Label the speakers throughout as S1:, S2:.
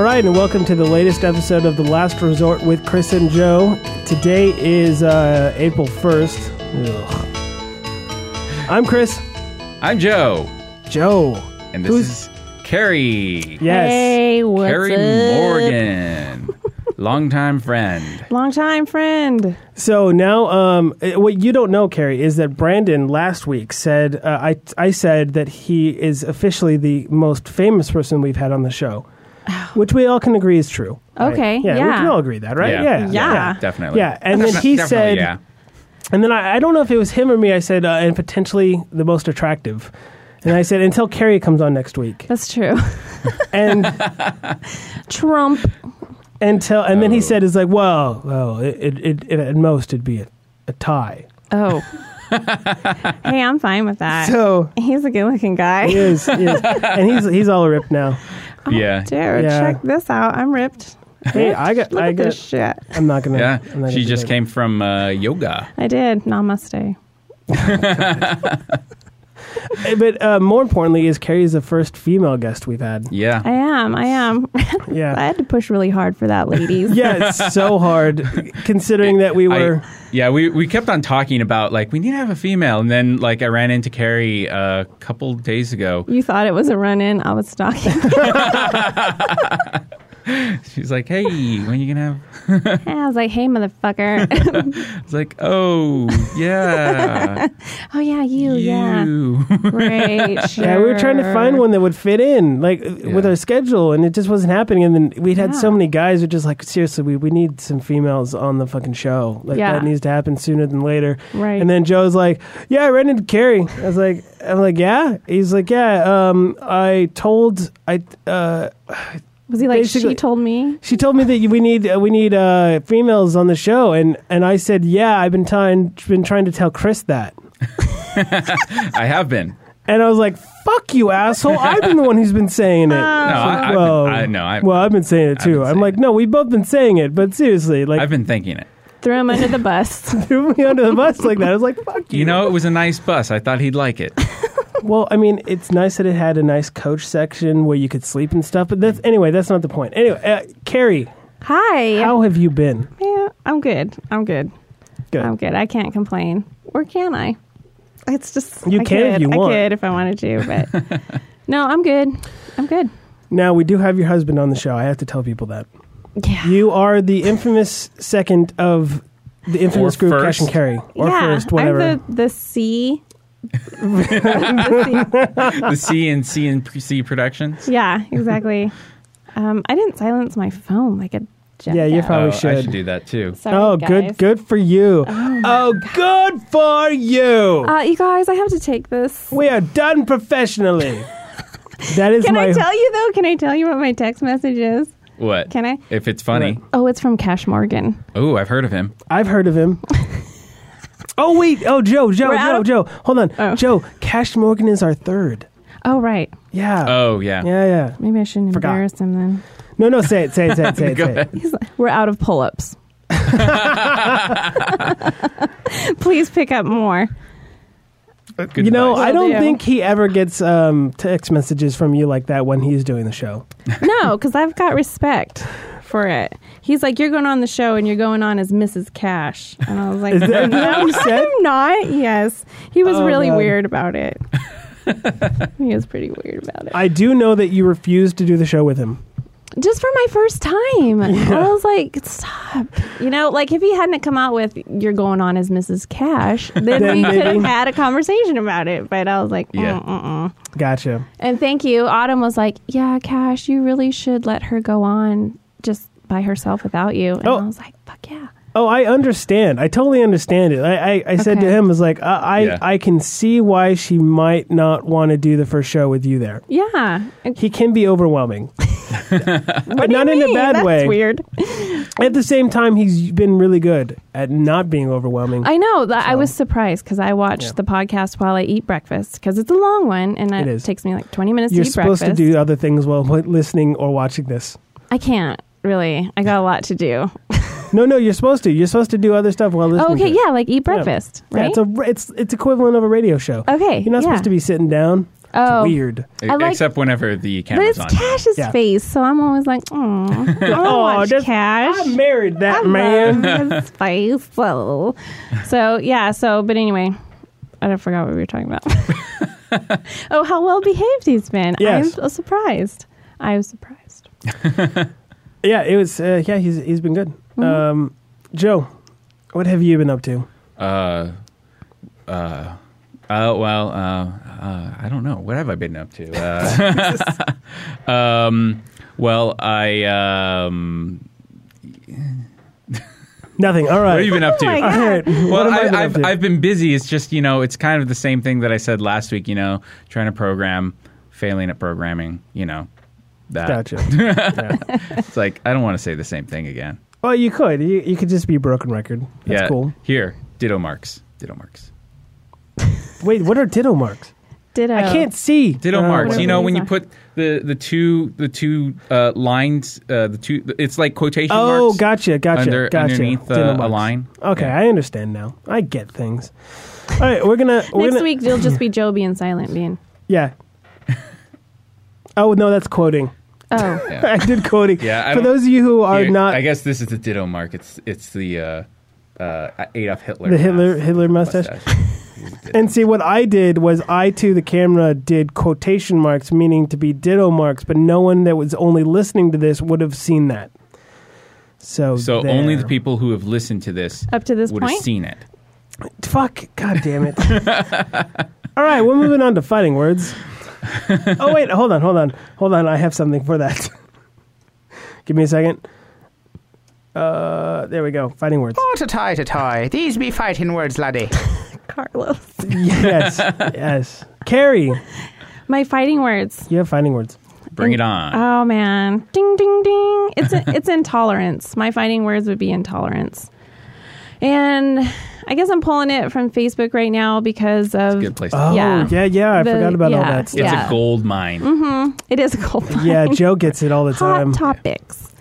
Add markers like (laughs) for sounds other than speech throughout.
S1: right, and welcome to the latest episode of The Last Resort with Chris and Joe. Today is uh, April 1st. Ugh. I'm Chris.
S2: I'm Joe,
S1: Joe.
S2: and this
S1: Who's-
S2: is Carrie.
S1: Yes.
S3: Hey, what's
S2: Carrie
S3: up?
S1: (laughs)
S2: Morgan, longtime friend.
S3: Longtime friend.
S1: So now, um, eh, what you don't know, Carrie, is that Brandon last week said uh, I I said that he is officially the most famous person we've had on the
S3: (sighs)
S1: show, which we all can agree is true. right?
S3: Okay,
S1: Yeah. We
S3: yeah.
S1: can all agree that, right? Yeah.
S3: Yeah.
S2: definitely.
S1: Ah, Yeah, and then he
S2: Definitely,
S1: said,
S2: yeah.
S1: and then I, I don't know if it was him or me. I said, uh, and potentially the most attractive, and I said until Carrie comes on next
S2: (laughs)
S1: week,
S3: That's true. (laughs)
S1: and
S3: Trump.
S1: until and then he
S2: Oh.
S1: said, "It's like, well, well, it, it, it at most it'd be a, a tie."
S2: (laughs)
S3: Oh. hey, I'm fine with that.
S1: So
S3: he's a good looking
S1: he
S3: guy.
S1: is, he
S2: (laughs)
S1: is, and he's he's all ripped now.
S2: Yeah.
S3: Dude,
S1: Yeah.
S3: check this out. I'm ripped.
S1: Hey, I got.
S3: Look
S1: I
S3: at
S1: got.
S3: this shit.
S1: I'm not gonna.
S2: Yeah.
S1: I'm not
S2: She
S1: gonna do
S2: just
S1: that.
S2: came from uh, yoga.
S3: I did. Namaste.
S1: Eh, But uh, more importantly, is Carrie is the first female guest we've had.
S2: Yeah.
S3: I am. I am. (laughs) I
S1: Yeah.
S3: had to push really hard for that, ladies.
S1: yeah, it's so
S2: (laughs)
S1: hard considering that we
S2: I-
S1: were.
S2: yeah, we, we kept on talking about like we need to have a female, and then like I ran into Carrie uh, a couple days ago.
S3: You thought it was a run in. I
S1: (laughs)
S3: was stalking.
S2: She's like, "Hey, when you gonna
S1: (laughs)
S2: have?"
S3: I was like, hey, motherfucker. (laughs)
S2: It's like, "Oh,
S1: (laughs)
S2: yeah,
S3: oh, yeah, you. Yeah.
S2: you." (laughs)
S3: Great.
S1: (laughs)
S3: Sure.
S1: yeah, we were trying to find one that would fit in, like uh, with
S2: Yeah.
S1: our schedule, and it just wasn't happening. And then we'd had so
S3: Yeah.
S1: many guys who just like, seriously, we, we need some females on the fucking show. Like
S3: Yeah.
S1: that needs to happen sooner than later.
S3: Right.
S1: And then Joe's like, yeah, I ran into Carrie. I was like, I'm like, yeah. He's like, yeah. Um, I told I uh.
S3: Was he like,
S1: basically-
S3: she told me?
S1: She told me that you- we need uh, we need uh, females on the show, and, and I said, yeah, I've been trying been trying to tell Chris that,
S2: I have been.
S1: and I was like, fuck you, asshole! I've been the one who's been saying it.
S2: No, I, I've
S1: well,
S2: been, I, no, I,
S1: well, I've been saying it
S2: I've
S1: too.
S2: been
S1: I'm
S2: saying
S1: like, no, we've both been saying it, but seriously, like,
S2: I've been thinking it.
S3: Threw him under the bus.
S1: threw me under the bus like that. I was like, fuck you.
S2: You know, it was a nice bus. I thought he'd like it.
S1: Well, I mean, it's nice that it had a nice coach section where you could sleep and stuff. But that's anyway, that's not the point. Anyway, uh, Carrie,
S3: Hi.
S1: how have you been?
S3: Yeah, I'm good. I'm good.
S1: Good.
S3: I'm good. I can't complain. Or can I? It's just
S1: You
S3: I
S1: can if
S3: could.
S1: you want.
S3: I could if I wanted to, but (laughs) no, I'm good. I'm good.
S1: Now we do have your husband on the show. I have to tell people that.
S3: Yeah.
S1: You are the infamous second of the infamous
S2: Or
S1: group
S2: first.
S1: Cash and Carry. Or
S3: yeah,
S1: first, whatever.
S3: I'm the the C. The
S2: the C and C and C Productions.
S3: C. Yeah, exactly. Um, I didn't silence my phone like a
S1: Yeah, you're
S3: jackass.
S1: Probably
S2: Oh, I
S1: should.
S2: should do that too.
S3: Sorry,
S1: oh,
S3: guys.
S1: good good for you. Oh, good for you.
S3: Uh, you guys, I have to take this.
S1: we are done
S3: (laughs)
S1: professionally. that is
S3: Can
S1: my
S3: I tell you though? Can I tell you what my text message is?
S2: What?
S3: Can I?
S2: If it's funny.
S3: Oh, it's from Cash Morgan.
S2: Oh, I've heard of him.
S1: I've heard of
S3: (laughs)
S1: him. oh wait, oh Joe, Joe,
S3: We're out
S1: Joe,
S3: of-
S1: Joe. Hold on.
S3: Oh.
S1: Joe, Cash Morgan is our third.
S3: Oh, right.
S1: Yeah.
S2: Oh, yeah.
S1: Uh, Yeah, yeah.
S3: Maybe I shouldn't
S1: Forgot.
S3: embarrass him then.
S1: No, no, say it, say it, say it, say it.
S2: (laughs) Go
S1: say it.
S2: ahead.
S3: He's like, We're out of pull ups. (laughs) Please pick up more.
S2: Good
S1: you know,
S2: advice.
S1: I don't
S3: Will do.
S1: think he ever gets um, text messages from you like that when he's doing the show.
S3: No, because I've got respect for it. He's like, You're going on the show and you're going on as Mrs. Cash. And I was like,
S1: Is that- is that what he
S3: (laughs)
S1: said?
S3: I'm not. Yes. He was
S1: Oh,
S3: really
S1: God.
S3: weird about it.
S1: (laughs)
S3: he was pretty weird about it.
S1: I do know that you refused to do the show with him.
S3: Just for my first time. I was like, Stop. You know, like if he hadn't come out with, You're going on as Mrs. Cash, then,
S1: Then
S3: we could
S1: maybe.
S3: have had a conversation about it. But I was like,
S2: Yeah.
S3: mm mm
S1: Gotcha.
S3: And thank you. Autumn was like, Yeah, Cash, you really should let her go on just by herself without you. And
S1: Oh.
S3: I was like, Fuck yeah.
S1: Oh, I understand. I totally understand it. I, I, I said to
S3: Okay.
S1: him, I was like, I, I,
S2: Yeah.
S1: I can see why she might not want to do the first show with you there.
S3: Yeah. And
S1: He can be
S3: (laughs)
S1: overwhelming, but not in a
S3: me,
S1: bad
S3: that's
S1: way.
S3: weird.
S1: At the same time, he's been really good at not being overwhelming.
S3: I know. That I was surprised because I watched the podcast while I eat breakfast because it's a long one and
S1: It
S3: it,
S1: is.
S3: takes me like 20 minutes
S1: You're
S3: to eat
S1: supposed
S3: breakfast.
S1: to do other things while listening or watching this.
S3: I can't really. I got a lot to do.
S1: No, no, you're supposed to. You're supposed to do other stuff while listening.
S3: Oh, okay.
S1: to it.
S3: Yeah. Like eat breakfast.
S1: Yeah,
S3: Right.
S1: it's a it's it's equivalent of a radio show.
S3: Okay,
S1: you're not
S3: yeah.
S1: supposed to be sitting down.
S3: Oh.
S1: Weird.
S2: E-
S3: I like-
S2: Except whenever the
S3: But
S2: camera's
S3: it's
S2: on.
S3: Cash's
S1: Yeah.
S3: face, so I'm always like, oh, I want to
S1: (laughs) Aw,
S3: watch
S1: that's-
S3: Cash.
S1: I married that
S3: love
S1: man.
S3: (laughs) his face. So, so, yeah. So, but anyway, I don't forgot what we were talking about. (laughs) oh, how well behaved he's been!
S1: Yes.
S3: I'm surprised. I was surprised.
S1: Yeah, it was. Uh, yeah, he's he's been good.
S3: Mm-hmm.
S1: Um, Joe, what have you been up to?
S2: Uh, uh, uh, well, uh, uh, I don't know. What have I been up to? Uh, (laughs) um, well, I. Um,
S1: Nothing. All right.
S2: what have you been up to?
S3: my
S1: (laughs)
S3: God.
S1: All right. (laughs) What
S2: Well,
S1: have I been
S2: I,
S1: up
S2: I've,
S1: to?
S2: I've been busy. It's just, you know, it's kind of the same thing that I said last week, you know, trying to program, failing at programming, you know, that.
S1: gotcha. Yeah.
S2: It's like, I don't want to say the same thing again.
S1: Well, you could. You, you could just be a broken record. That's
S2: yeah.
S1: cool.
S2: Here, ditto marks. Ditto marks.
S1: Wait, what are ditto marks?
S3: Ditto.
S1: I can't see.
S2: Ditto
S1: Oh,
S2: marks.
S1: whatever.
S2: You know, when you
S3: Whatever
S2: put the the two the two uh, lines, uh, the two it's like quotation
S1: Oh,
S2: marks.
S1: gotcha, gotcha,
S2: under-
S1: gotcha.
S2: underneath, uh,
S1: Ditto
S2: a
S1: marks.
S2: line.
S1: Okay,
S2: Yeah.
S1: I understand now. I get things. All right, we're gonna. We're
S3: Next
S1: gonna,
S3: week you'll
S1: (laughs)
S3: just be Joe being silent being.
S2: (laughs)
S1: Yeah. oh no, that's quoting. (laughs)
S3: Oh,
S2: Yeah.
S1: I did quoting.
S2: Yeah, I
S1: For
S2: don't-
S1: those of you who are
S2: Here,
S1: not
S2: I guess this is the ditto mark. It's it's the uh, uh, Adolf Hitler.
S1: the Hitler Hitler mustache. (laughs) And see, what I did was I to the camera did quotation marks, meaning to be ditto marks, but no one that was only listening to this would have seen that. So,
S2: So
S1: there.
S2: only the people who have listened to this
S3: Up to this
S2: would
S3: point?
S2: have seen it.
S1: Fuck! God damn it! (laughs) All right, we're moving on to fighting words. Oh wait, hold on, hold on, hold on. I have something for that. (laughs) Give me a second. Uh, there we go. Fighting
S3: (laughs)
S1: words.
S4: Oh, to tie, to tie. These be fighting words, laddie.
S3: Carlos.
S1: Yes, yes. Carrie,
S3: My fighting words.
S1: you have fighting words.
S2: Bring it on.
S3: Oh man, ding ding ding! It's
S1: (laughs)
S3: it's intolerance. My fighting words would be intolerance, and I guess I'm pulling it from Facebook right now because of
S2: Good place. To
S1: Oh
S3: Yeah.
S1: yeah, yeah. I
S3: The-
S1: forgot about all
S3: yeah.
S1: that.
S2: It's
S1: Stuff.
S3: yeah. Mm-hmm.
S2: a gold mine.
S3: it is a cold.
S1: Yeah, Joe gets it all the
S3: hot
S1: time. (laughs)
S3: topics.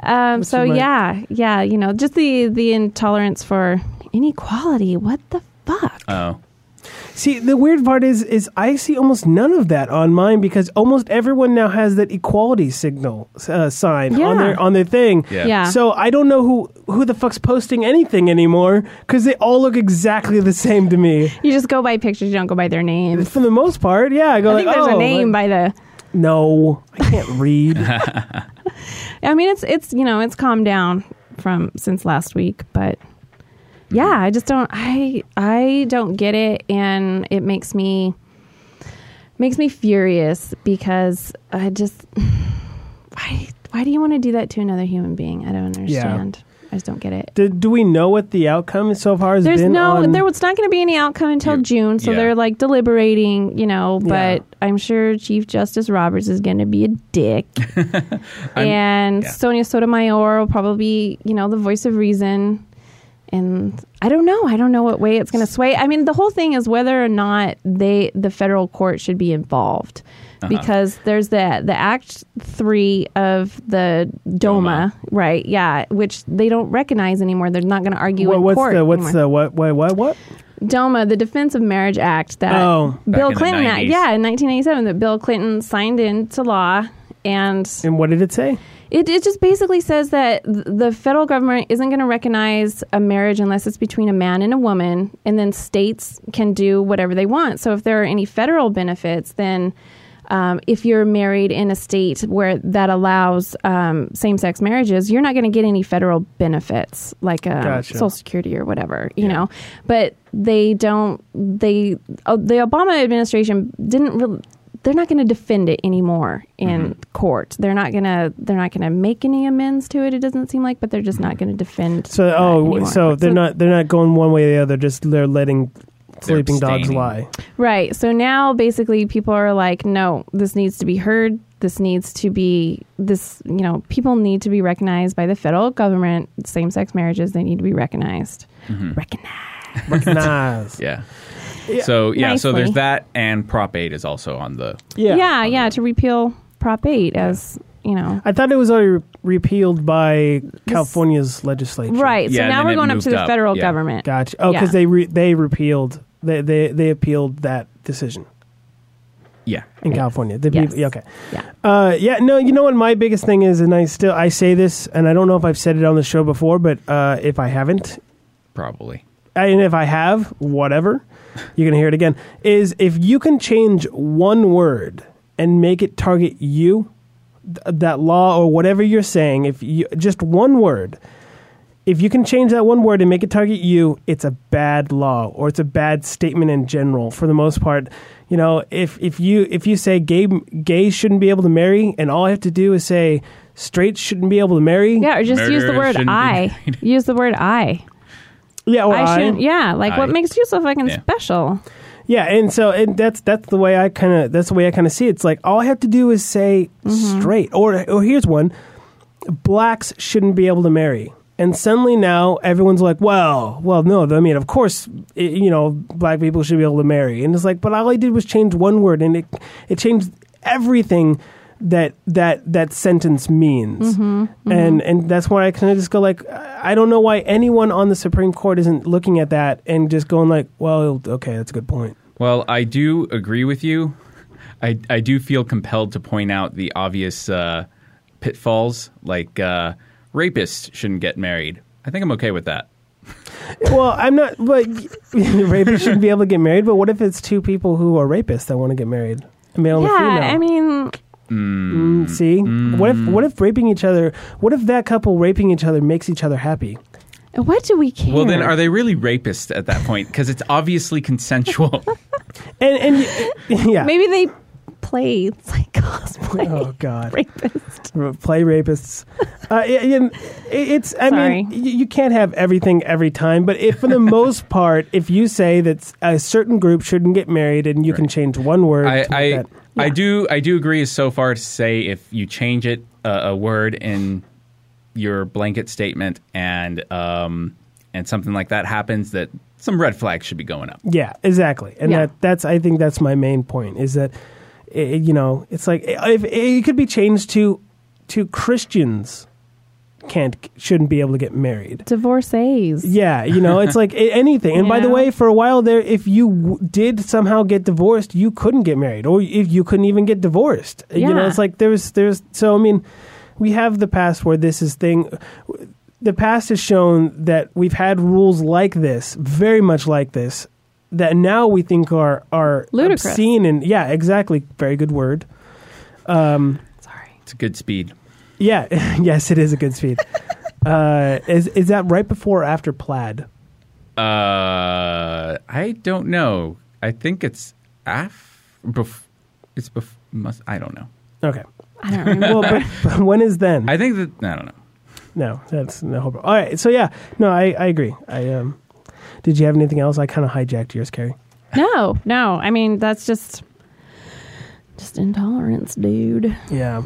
S3: um, so
S1: your mic?
S3: yeah, yeah, you know, just the the intolerance for inequality. What the fuck?
S2: Oh,
S1: See, the weird part is, is I see almost none of that on mine because almost everyone now has that equality signal uh, sign on
S3: Yeah.
S1: their on their thing.
S2: yeah.
S3: Yeah.
S1: So I don't know who who the fuck's posting anything anymore because they all look exactly the same to me
S3: You just go by pictures. You don't go by their names.
S1: for the most part. Yeah, I go
S3: I
S1: like,
S3: think there's
S1: oh,
S3: a name
S1: like-
S3: by the.
S1: no, I can't read.
S3: I mean, it's it's you know it's calmed down from since last week, but yeah, I just don't I I don't get it, and it makes me makes me furious because I just (sighs) why why do you want to do that to another human being? I don't understand. I just don't get it.
S1: do, do we know what the outcome so far has
S3: There's
S1: been?
S3: no
S1: on-
S3: there was not going to be any outcome until
S2: You-
S3: June, so
S2: yeah.
S3: they're like deliberating, you know. But
S1: Yeah.
S3: I'm sure Chief Justice Roberts is going to be a
S1: (laughs)
S3: dick, and
S2: yeah.
S3: Sonia Sotomayor will probably, be, you know, the voice of reason. And I don't know. I don't know what way it's going to sway. I mean, the whole thing is whether or not they the federal court should be involved.
S1: Uh-huh.
S3: Because there's the the Act Three of the DOMA,
S2: DOMA.
S3: right? Yeah, which they don't recognize anymore. They're not going to argue
S1: What,
S3: in
S1: what's
S3: court.
S1: the what's
S3: anymore.
S1: the what what what what?
S3: DOMA, the Defense of Marriage Act that
S1: Oh.
S2: Back in
S3: Bill
S2: the
S3: Clinton, act-
S2: 90s.
S3: yeah, in 1997, that Bill Clinton signed into law. And
S1: And what did it say?
S3: it, it just basically says that th- the federal government isn't going to recognize a marriage unless it's between a man and a woman, and then states can do whatever they want. So if there are any federal benefits, then um, if you're married in a state where that allows um, same-sex marriages, you're not going to get any federal benefits like um,
S1: Gotcha.
S3: Social Security or whatever, you know. But they don't. They oh, the Obama administration didn't really. They're not going to defend it anymore in
S1: Mm-hmm.
S3: court. They're not going to. They're not going to make any amends to it. It doesn't seem like, but they're just not going to defend.
S1: Mm-hmm. So
S3: that
S1: oh,
S3: anymore.
S1: so they're not they're not going one way or the other. Just they're letting sleeping dogs
S2: abstaining.
S1: lie.
S3: Right. So now basically people are like, no, this needs to be heard. This needs to be this, you know, people need to be recognized by the federal government. Same sex marriages, they need to be recognized.
S1: Mm-hmm.
S3: Recognized.
S1: Nice.
S2: Yeah. So yeah, so
S3: Nicely.
S2: there's that, and Prop Eight is also on the.
S3: Yeah. yeah, to repeal Prop 8 as, you know.
S1: I thought it was already re- repealed by California's legislature.
S3: Right.
S2: Yeah,
S3: so
S2: and
S3: now
S2: then
S3: we're
S2: it
S3: going up to
S2: moved
S3: the
S2: up.
S3: federal
S2: Yeah.
S3: government.
S1: Gotcha. Oh, because
S3: Yeah.
S1: they re- they repealed they, they they appealed that decision.
S2: Yeah.
S1: in California. The
S3: Yes.
S1: people, okay.
S3: Yeah.
S1: Uh, yeah, no, you know what my biggest thing is, and I still I say this, and I don't know if I've said it on the show before, but uh, if I haven't,
S2: Probably.
S1: and if I have, whatever, you're gonna hear it again. Is if you can change one word and make it target you, th- that law or whatever you're saying, if you just one word, if you can change that one word and make it target you, it's a bad law or it's a bad statement in general. For the most part, you know, if if you if you say gay gays shouldn't be able to marry, and all I have to do is say straights shouldn't be able to marry,
S3: Yeah, or just use the
S2: Murderers
S3: word
S2: shouldn't be
S3: I.
S2: married.
S3: Use the word I.
S1: yeah, or
S3: I
S1: Oh, I-
S3: shouldn't. Yeah, like what
S2: I.
S3: makes you so fucking
S2: Yeah.
S3: special?
S1: Yeah, and so and that's that's the way I kind of that's the way I kind of see it. It's like all I have to do is say straight, or or here's one: blacks shouldn't be able to marry. And suddenly now everyone's like, well, well, no, I mean, of course, i you know, black people should be able to marry. And it's like, but all I did was change one word, and it it changed everything that that that sentence means. And and that's why I kind of just go like, I don't know why anyone on the Supreme Court isn't looking at that and just going like, well, okay, that's a good point.
S2: Well, I do agree with you. I, I do feel compelled to point out the obvious uh, pitfalls, like uh, rapists shouldn't get married. I think I'm okay with that.
S1: Well, I'm not, but (laughs) rapists shouldn't be able to get married. But what if it's two people who are rapists that want to get married, male and
S3: yeah,
S1: female?
S3: I mean,
S1: Mm, see, what if what if raping each other? What if that couple raping each other makes each other happy?
S3: what do we care?
S2: Well, then, are they really rapists at that point? Because it's obviously consensual.
S1: And and (laughs) yeah,
S3: Maybe they played (laughs) it's like cosplay
S1: oh god,
S3: rapist.
S1: R- play rapists. Uh, it, it- it's I
S3: Sorry.
S1: mean you, you can't have everything every time, but if for
S3: (laughs)
S1: the most part, if you say that a certain group shouldn't get married, and you can change one word,
S2: I
S1: to make
S2: I,
S1: that,
S2: I do I do agree so far to say if you change it uh, a word in your blanket statement and um, and something like that happens that some red flags should be going up.
S1: Yeah, exactly. And
S3: Yeah.
S1: that that's I think that's my main point is that i you know it's like eh, if it could be changed to to Christians can't shouldn't be able to get married.
S3: Divorcees.
S1: Yeah, you know, it's like a- anything. And by the
S3: Yeah.
S1: way, for a while there, if you w- did somehow get divorced, you couldn't get married, or if you couldn't even get divorced. You know,
S3: Yeah.
S1: it's like there's there's so I mean, we have the past where this is thing. The past has shown that we've had rules like this, very much like this, that now we think are are
S3: Ludicrous.
S1: obscene and yeah, exactly. Very good word.
S3: Sorry.
S2: It's a good speed.
S1: Yeah, (laughs) yes, it is a good speed. uh, is is that right before or after plaid?
S2: Uh, I don't know. I think it's af. Bef- it's bef- must. I don't know.
S1: Okay.
S3: I
S1: (laughs)
S3: don't remember.
S1: Well,
S3: (laughs)
S1: but, but when is then?
S2: I think that I don't know.
S1: No, that's no whole problem. All right, so yeah, no, I, I agree. I um, did you have anything else? I kind of hijacked yours, Carrie.
S3: no, no. I mean, that's just just intolerance, dude.
S1: Yeah.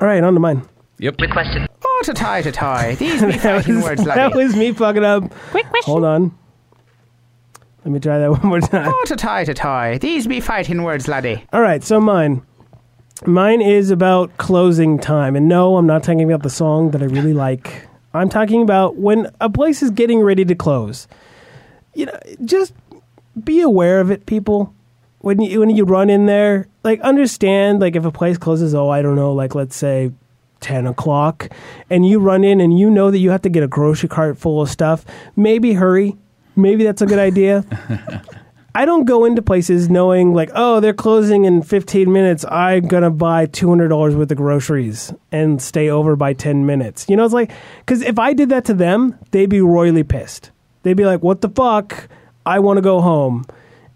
S1: All right, on to mine.
S2: Yep.
S5: Requested.
S4: Oh, to tie, to tie. These be fighting words,
S1: (laughs) that
S4: laddie.
S1: was me fucking up.
S3: Quick question.
S1: Hold on. Let me try that (laughs) one more time.
S4: Oh, to tie, to tie. These be fighting words, laddie.
S1: All right, so mine. Mine is about closing time. And no, I'm not talking about the song that I really like. I'm talking about when a place is getting ready to close. You know, just be aware of it, people. When you when you run in there, like understand like if a place closes, oh, I don't know, like let's say 10 o'clock and you run in and you know that you have to get a grocery cart full of stuff, maybe hurry. Maybe that's a good idea. I don't go into places knowing like, oh, they're closing in 15 minutes. I'm going to buy $200 worth of groceries and stay over by 10 minutes. You know, it's like, because if I did that to them, they'd be royally pissed. They'd be like, what the fuck? I want to go home.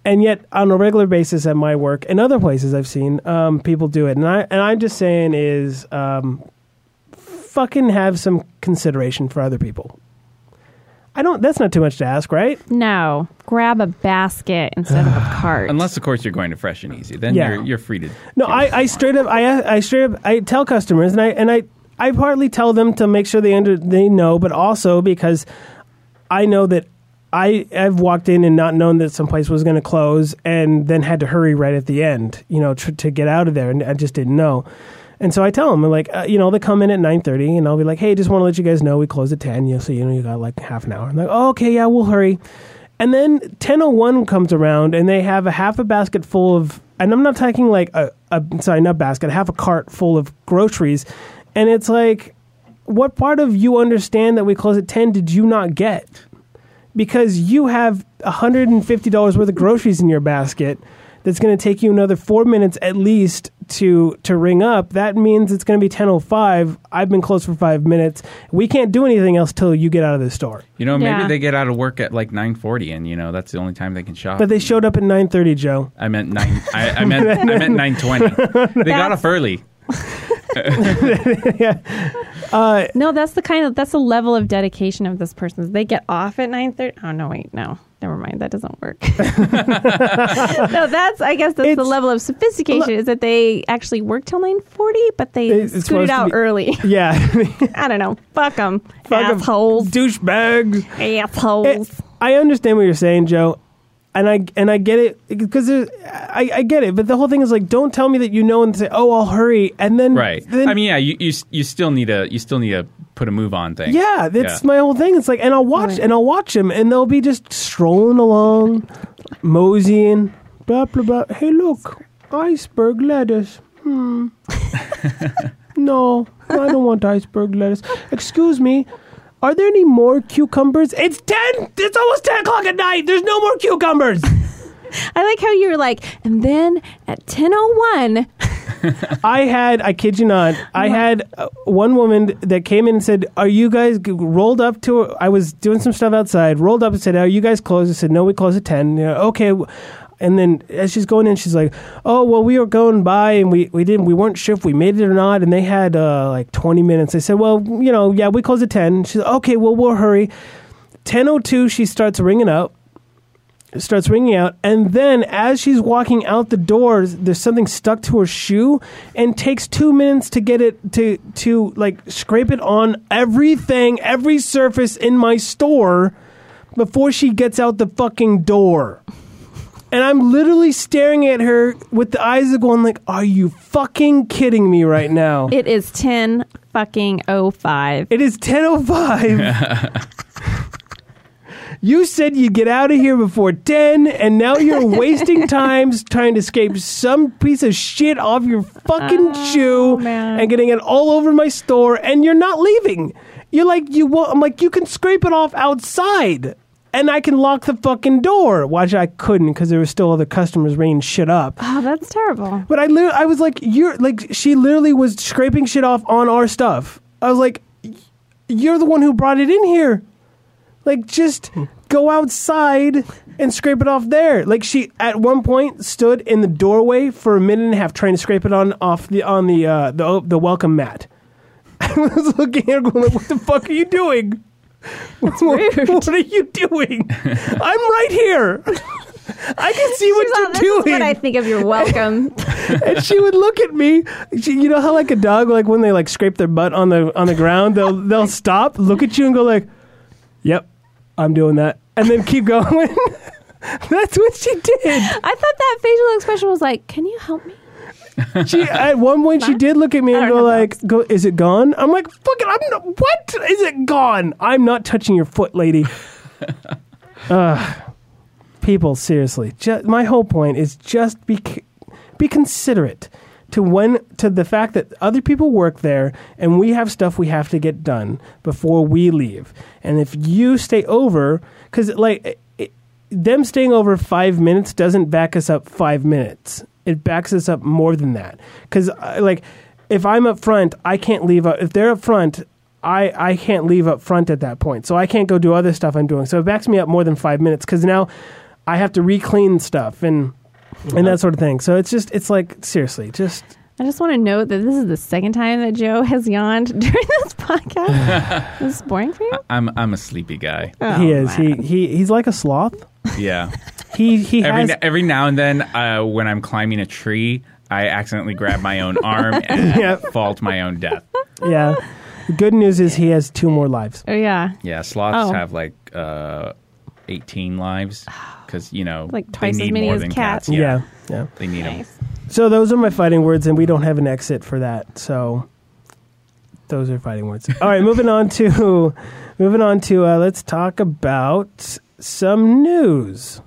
S1: And yet, on a regular basis at my work and other places I've seen, um, people do it. And, I, and I'm just saying is um, fucking have some consideration for other people. I don't, that's not too much to ask, right?
S3: No, grab a basket instead of a cart.
S2: Unless of course you're going to fresh and easy, then
S1: Yeah.
S2: you're you're free to.
S1: No,
S2: do what you
S1: I, I
S2: want.
S1: straight up, I, I straight up, I tell customers, and I, and I, I partly tell them to make sure they under, they know, but also because I know that I, I've walked in and not known that some place was going to close, and then had to hurry right at the end, you know, tr- to get out of there, and I just didn't know. And so I tell them, I'm like, uh, you know, they come in at 9.30 and I'll be like, hey, just want to let you guys know we close at 10. You know, so, you know, you got like half an hour. I'm like, oh, okay, yeah, we'll hurry. And then 1001 comes around and they have a half a basket full of, and I'm not talking like a, a sorry, not basket, half a cart full of groceries. And it's like, what part of you understand that we close at 10 did you not get? Because you have $150 worth of groceries in your basket that's going to take you another four minutes at least to to ring up. That means it's going to be 10.05. I've been closed for five minutes. We can't do anything else till you get out of the store.
S2: You know, maybe
S3: Yeah.
S2: they get out of work at like nine forty, and you know that's the only time they can shop.
S1: But they showed up at 9.30, Joe.
S2: I meant nine. I, I meant I
S3: (laughs)
S2: meant nine twenty. They got
S3: That's-
S2: off early.
S3: No, that's the kind of that's the level of dedication of this person. They get off at nine thirty. Oh no, wait, no, never mind. That doesn't work. (laughs) no, that's I guess that's the
S1: It's-
S3: level of sophistication is that they actually work till nine forty, but they
S1: It's supposed
S3: scooted
S1: to
S3: out
S1: be-
S3: early. (laughs)
S2: (laughs)
S1: Yeah.
S3: I don't know. Fuck them,
S1: Fuck 'em.
S3: assholes,
S1: Douchebags.
S3: assholes.
S1: It- I understand what you're saying, Joe, and I and I get it because there- I, I get it. But the whole thing is like, don't tell me that you know and say, oh, I'll hurry, and then
S2: Right.
S1: Then,
S2: I mean, yeah. You, you s- you still need a you still need to put a move on thing.
S1: yeah, that's
S2: Yeah.
S1: my whole thing. It's like, and I'll watch
S3: Right.
S1: and I'll watch them, and they'll be just strolling along, moseying, blah blah blah. Hey, look, iceberg lettuce.
S2: (laughs)
S1: Hmm. no, I don't want iceberg lettuce. Excuse me. Are there any more cucumbers? It's ten. It's almost ten o'clock at night. There's no more cucumbers.
S3: I like how you were like, and then at ten oh one,
S1: I had, I kid you not, I had uh, one woman that came in and said, Are you guys g- rolled up to? I was doing some stuff outside, rolled up and said, Are you guys closed? I said, No, we close at 10. You know, okay. And then as she's going in, she's like, Oh, well, we were going by and we, we didn't, we weren't sure if we made it or not. And they had uh, like 20 minutes. I said, Well, you know, yeah, we close at 10. She's Okay, well, we'll hurry. 10.02, she starts ringing up starts ringing out and then as she's walking out the door there's something stuck to her shoe and takes two minutes to get it to to like scrape it on everything every surface in my store before she gets out the fucking door and i'm literally staring at her with the eyes of going like are you fucking kidding me right now
S3: it is ten fucking oh five.
S1: it is 10.05.
S3: (laughs)
S1: you said you'd get out of here before 10, and now
S3: (laughs)
S1: you're wasting times trying to escape some piece of shit off your fucking shoe
S3: Oh, man.
S1: and getting it all over my store, and you're not leaving. You're like, you will I'm like, you can scrape it off outside. And I can lock the fucking door. Watch, I couldn't because there were still other customers ringing shit up.
S3: Oh, that's terrible.
S1: But I, lit- I was like, you're like, she literally was scraping shit off on our stuff. I was like, y- you're the one who brought it in here. Like, just
S3: Hmm.
S1: go outside and scrape it off there. Like, she at one point stood in the doorway for a minute and a half trying to scrape it on off the on the uh, the the welcome mat. (laughs) I was looking at her going, like, "What the fuck are you doing? (laughs) what,
S3: rude.
S1: what are you
S3: (laughs)
S1: doing? I'm right here. (laughs) I can see what
S3: She's all,
S1: you're
S3: this
S1: doing."
S3: is what I think of your welcome.
S1: and she would look at me. She, you know how like a dog, like when they like scrape their butt on the on the ground, they'll they'll stop, look at you, and go like, "Yep, I'm doing that," and then keep going. (laughs) That's what she did.
S3: (laughs) I thought that facial expression was like, "Can you help me?"
S1: She at one point she
S3: What?
S1: did look at me and
S3: I
S1: go
S3: don't have
S1: like, "Go, is it gone?" I'm like, "Fuck it, I'm not, what is it gone? I'm not touching your foot, lady." (laughs) Ugh. people, seriously, ju- my whole point is just be c- be considerate to when to the fact that other people work there and we have stuff we have to get done before we leave. And if you stay over, because like it, it, them staying over five minutes doesn't back us up five minutes. It backs us up more than that. Because like if I'm up front, I can't leave. Up, if they're up front. I, I can't leave up front at that point, so I can't go do other stuff I'm doing. So it backs me up more than five minutes because now I have to re-clean stuff and and that sort of thing. So it's just it's like seriously, just
S3: I just want to note that this is the second time that Joe has yawned (laughs) during this
S2: (laughs)
S3: podcast. is this boring for you?
S2: I'm I'm a sleepy guy.
S1: he
S3: Oh,
S1: is
S3: man.
S1: he he he's like a sloth.
S3: (laughs)
S2: Yeah.
S1: He he
S2: every
S1: has
S2: no- every now and then, uh, when I'm climbing a tree, I accidentally grab my own
S3: (laughs)
S2: arm and
S1: Yep.
S2: fall to my own death.
S1: yeah. The good news is he has two more lives.
S3: Oh yeah.
S2: Yeah, sloths
S3: Oh.
S2: have like uh, 18 lives because you know
S3: Like
S2: they
S3: twice as
S2: need
S3: many
S2: more
S3: as
S2: than
S3: cats.
S2: cats.
S1: Yeah. yeah,
S2: they need 'em.
S3: Nice.
S1: So those are my fighting words, and we don't have an exit for that. So (laughs) those are fighting words. All right, moving on to moving on to uh, let's talk about some news.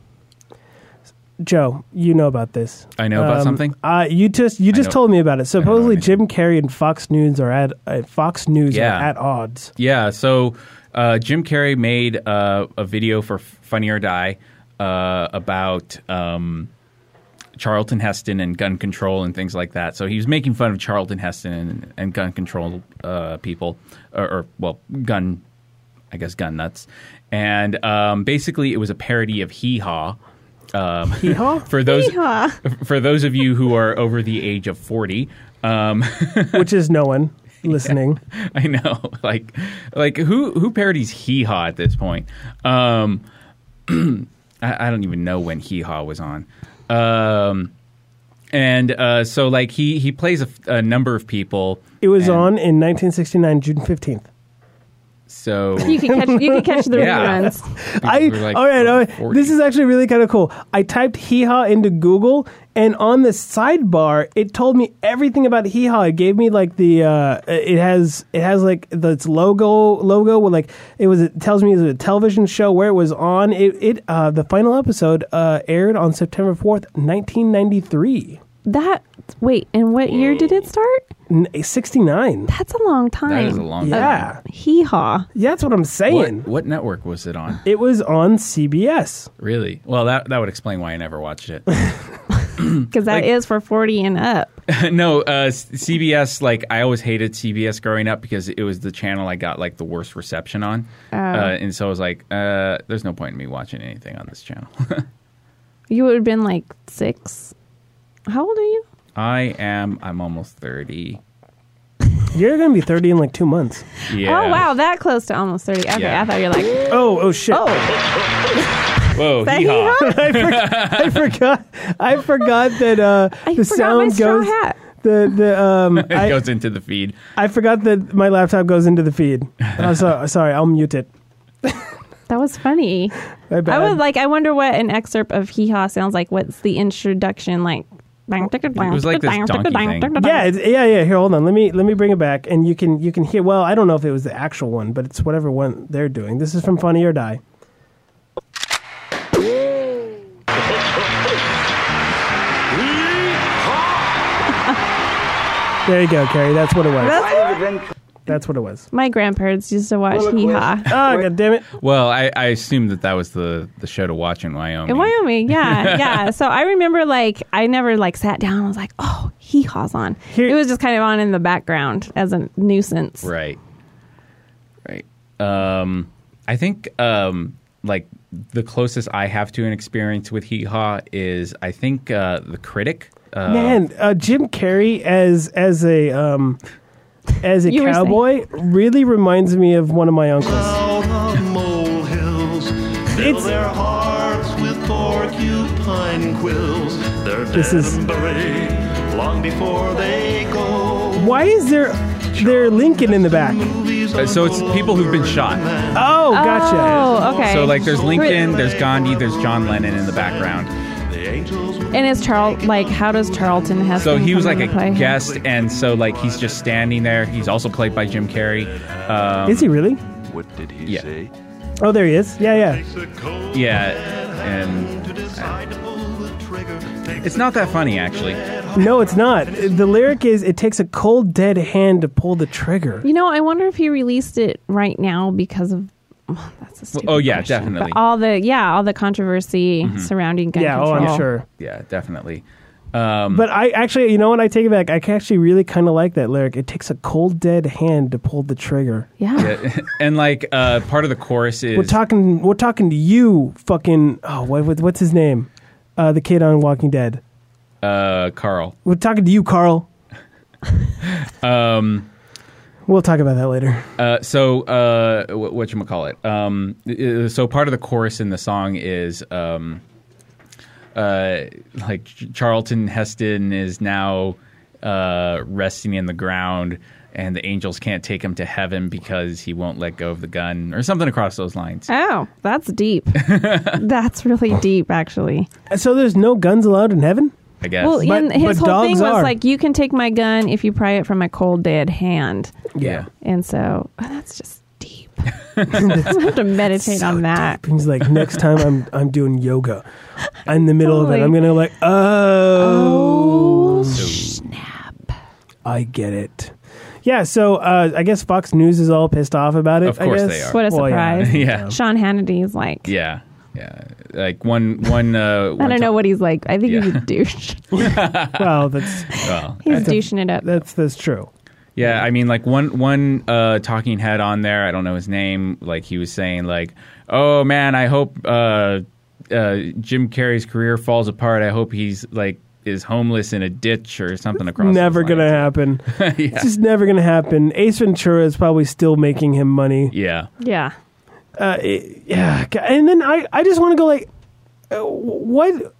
S1: Joe, you know about this.
S2: I know
S3: Um,
S2: about something?
S1: Uh, you just you just
S2: know-
S1: told me about it.
S2: know
S1: Supposedly, Jim
S2: anything.
S1: Carrey and Fox News are at uh, Fox News
S2: Yeah.
S1: are at
S2: (laughs)
S1: odds.
S2: Yeah. So uh, Jim Carrey made uh, a video for Funny or Die uh, about um, Charlton Heston and gun control and things like that. So he was making fun of Charlton Heston and, and gun control uh, people, or, or well, gun, I guess, gun nuts. And um, basically, it was a parody of Hee Haw. Um,
S1: Hee haw,
S2: for those
S3: Yeehaw.
S2: for those of you who are over the age of forty. Um,
S1: which is no one
S2: (laughs)
S1: listening.
S2: I know. Like like who who parodies Hee Haw at this point? Um (clears throat) I, I don't even know when Hee Haw was on. Um and uh so like he he plays a, f- a number of people.
S1: It was
S2: and
S1: on in 1969, June 15th.
S2: So
S3: You can catch you can catch the
S2: (laughs) Yeah.
S3: reruns.
S1: I
S2: were like
S1: all right, all right.
S2: 40.
S1: This is actually really kind of cool. I typed hee haw into Google, and on the sidebar, it told me everything about hee haw. It gave me like the uh, it has it has like the, its logo logo with like it was it tells me it was a television show where it was on. It it uh, the final episode uh, aired on September fourth, nineteen ninety three.
S3: That wait, and what year did it start?
S1: 69.
S3: That's a long time.
S2: that is a long Hmm. time.
S1: Yeah.
S3: Hee haw.
S1: Yeah, that's what I'm saying.
S2: What, what network was it on?
S1: It was on CBS.
S2: Really? Well, that that would explain why I never watched it.
S3: Because that is
S2: Like-
S3: for forty and up.
S2: (laughs) no, uh, C- CBS. Like I always hated CBS growing up because it was the channel I got like the worst reception on,
S3: Oh.
S2: uh, and so I was like, uh, "There's no point in me watching anything on this channel." (laughs)
S3: You would have been like six. How old are you?
S2: I am. I'm almost thirty.
S1: You're going to be 30 in like two months.
S2: Yeah.
S3: Oh wow, that close to almost thirty. Okay,
S2: Yeah.
S3: I thought you were like,
S1: Oh, oh, shit.
S3: oh,
S2: Whoa.
S3: that
S2: hee-haw.
S3: hee-haw?
S1: I (laughs) forgot. I forgot that uh,
S3: I
S1: the
S3: forgot my
S1: sound
S3: straw
S1: goes.
S3: hat.
S1: The the um.
S2: (laughs) It
S1: I,
S2: goes into the feed.
S1: I forgot that my laptop goes into the feed. Oh, so, sorry, I'll mute it.
S3: That was funny.
S1: My bad.
S3: I would like. I wonder what an excerpt of Hee Haw sounds like. What's the introduction like? It
S2: was like this donkey thing.
S1: yeah, it's, yeah, yeah. Here, hold on. Let me let me bring it back, and you can you can hear. Well, I don't know if it was the actual one, but it's whatever one they're doing. This is from Funny or (laughs) Die. There you go, Carrie. That's what it was. That's what it was.
S3: My grandparents used to watch Hee Haw
S1: Ah, god damn it.
S2: Well, I, I assumed that that was the, the show to watch in Wyoming. (laughs)
S3: in Wyoming. Yeah, yeah. So I remember like I never like sat down. and was like, oh, Hee Haw's on.
S1: Here-
S3: it was just kind of on in the background as a nuisance.
S2: Right. Right. Um, I think um, like the closest I have to an experience with hee haw is I think uh, the critic. Uh,
S1: Man, uh, Jim Carrey as as a um, as a
S3: You were
S1: cowboy really reminds me of one of my uncles.
S5: All the molehills fill
S1: It's-
S5: their hearts with porcupine quills. They're dead
S1: This is-
S5: and buried long before they go.
S1: Why is there there Lincoln in the back?
S5: Movies
S2: Uh, so it's people who've been shot.
S1: Oh, gotcha.
S3: Oh, okay.
S2: So like there's Lincoln, there's Gandhi, there's John Lennon in the background.
S5: The angels
S3: and is Charl like how does Charlton
S2: So
S3: Heston?
S2: he was
S3: come
S2: like
S3: into play?
S2: a guest, and so like he's just standing there. He's also played by Jim Carrey.
S3: Oh.
S2: Um,
S1: Is he really?
S5: What did he
S2: Yeah.
S5: say?
S1: Oh, there he is. Yeah, yeah.
S2: Yeah, and uh,
S5: To decide to pull the trigger.
S2: it's not that funny actually.
S1: No, it's not. The lyric is it takes a cold dead hand to pull the trigger.
S3: You know, I wonder if he released it right now because of. (sighs) Oh, that's a stupid
S2: oh, yeah,
S3: question.
S2: definitely. Mm-hmm.
S3: But all the yeah, all the controversy surrounding gun
S1: Yeah, oh,
S3: control.
S1: I'm sure.
S2: Yeah, definitely. (laughs) Um,
S1: But I actually, you know what? I take it back. I actually really kind of like that lyric. It takes a cold dead hand to pull the trigger.
S3: Yeah,
S2: yeah, and like uh, part of the chorus is
S1: We're talking. We're talking to you, fucking. Oh, what, what, what's his name? Uh, the kid on Walking Dead.
S2: uh, Carl.
S1: We're talking to you,
S2: (laughs)
S1: Carl. um, we'll talk about that later.
S2: Uh, so uh, what you call it? Um, uh, so part of the chorus in the song is um, uh, like Ch- Charlton Heston is now uh, resting in the ground, and the angels can't take him to heaven because he won't let go of the gun, or something across those lines.
S3: Oh, that's
S2: (laughs)
S3: deep. that's really deep, actually.
S1: So there's no guns allowed in heaven.
S2: I guess.
S3: Well, and
S1: But-
S3: his
S1: but
S3: whole thing
S1: dogs
S3: was
S1: are.
S3: like, you can take my gun if you pry it from my cold dead hand.
S2: yeah. (laughs)
S3: And so oh, (sighs) that's just deep. (laughs) deep. I have to meditate on that.
S1: He's like, next time I'm I'm doing yoga. I'm in the middle of it. I'm
S3: Totally.
S1: gonna like, oh,
S3: (laughs) snap!
S1: I get it. Yeah. So uh, I guess Fox News is all pissed off about it.
S2: Of course
S1: I
S2: they
S1: guess.
S2: are.
S3: What a
S1: Well, yeah.
S3: surprise!
S2: (laughs) Yeah.
S3: Sean Hannity is like,
S2: Yeah. Yeah. Like one one uh
S3: I don't know what he's like. I think he's
S2: Yeah. (laughs)
S3: a douche.
S1: well, that's
S2: well,
S3: He's douching it up.
S1: that's that's true.
S2: Yeah, I mean, like one one uh, talking head on there. I don't know his name. Like he was saying, like, "Oh man, I hope uh, uh, Jim Carrey's career falls apart. I hope he's like is homeless in a ditch or something across."
S1: Never
S2: those lines.
S1: gonna happen. It's just never gonna happen. Ace Ventura is probably still making him money.
S2: Yeah,
S3: Yeah.
S1: uh, it- yeah, g- and then I, I just want to go like, uh, what,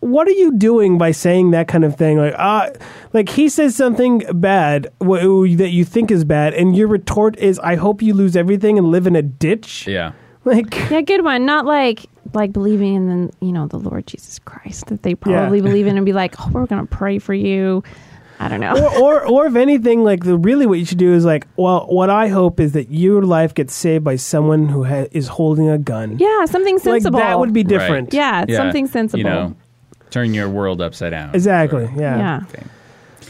S1: what are you doing by saying that kind of thing? Like, ah, like he says something bad w- that you think is bad, and your retort is, "I hope you lose everything and live in a ditch."
S2: yeah,
S1: (laughs) Like,
S3: Yeah, good one. Not like like believing in the you know the Lord Jesus Christ that they probably believe in and be like,
S1: (laughs)
S3: oh, we're gonna pray for you. I don't know.
S1: or, or or if anything, like the really what you should do is like, well, what I hope is that your life gets saved by someone who ha- is holding a gun.
S3: (laughs) yeah, something
S1: like
S3: sensible.
S1: that would be
S2: Right.
S1: different.
S3: Yeah, it's
S2: yeah.
S3: something sensible.
S2: You know, turn your world upside down.
S1: exactly.
S2: sort of
S1: Yeah.
S3: yeah.
S2: thing.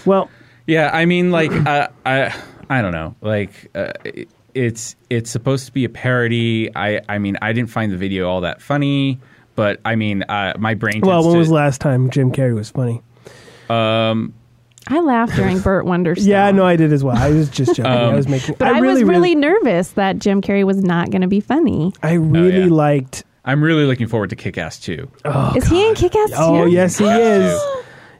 S1: Well,
S2: Yeah, I mean,
S1: (clears throat)
S2: like, uh, I, I don't know. Like, uh, it- it's it's supposed to be a parody. I, I mean, I didn't find the video all that funny, but I mean, uh, my brain.
S1: well,
S2: tends
S1: when
S2: to,
S1: was the last time Jim Carrey was funny?
S3: I laughed
S1: (laughs)
S3: during Burt Wonderstone.
S1: Yeah, no, I did as well. I was just joking.
S2: Um,
S1: I was making.
S3: But I,
S1: I really,
S3: was really nervous that Jim Carrey was not going to be funny.
S1: I really
S2: Oh, yeah.
S1: liked.
S2: I'm really looking forward to Kick Ass 2.
S3: is he in Kick-Ass
S1: Oh,
S3: too?
S1: yes, he is.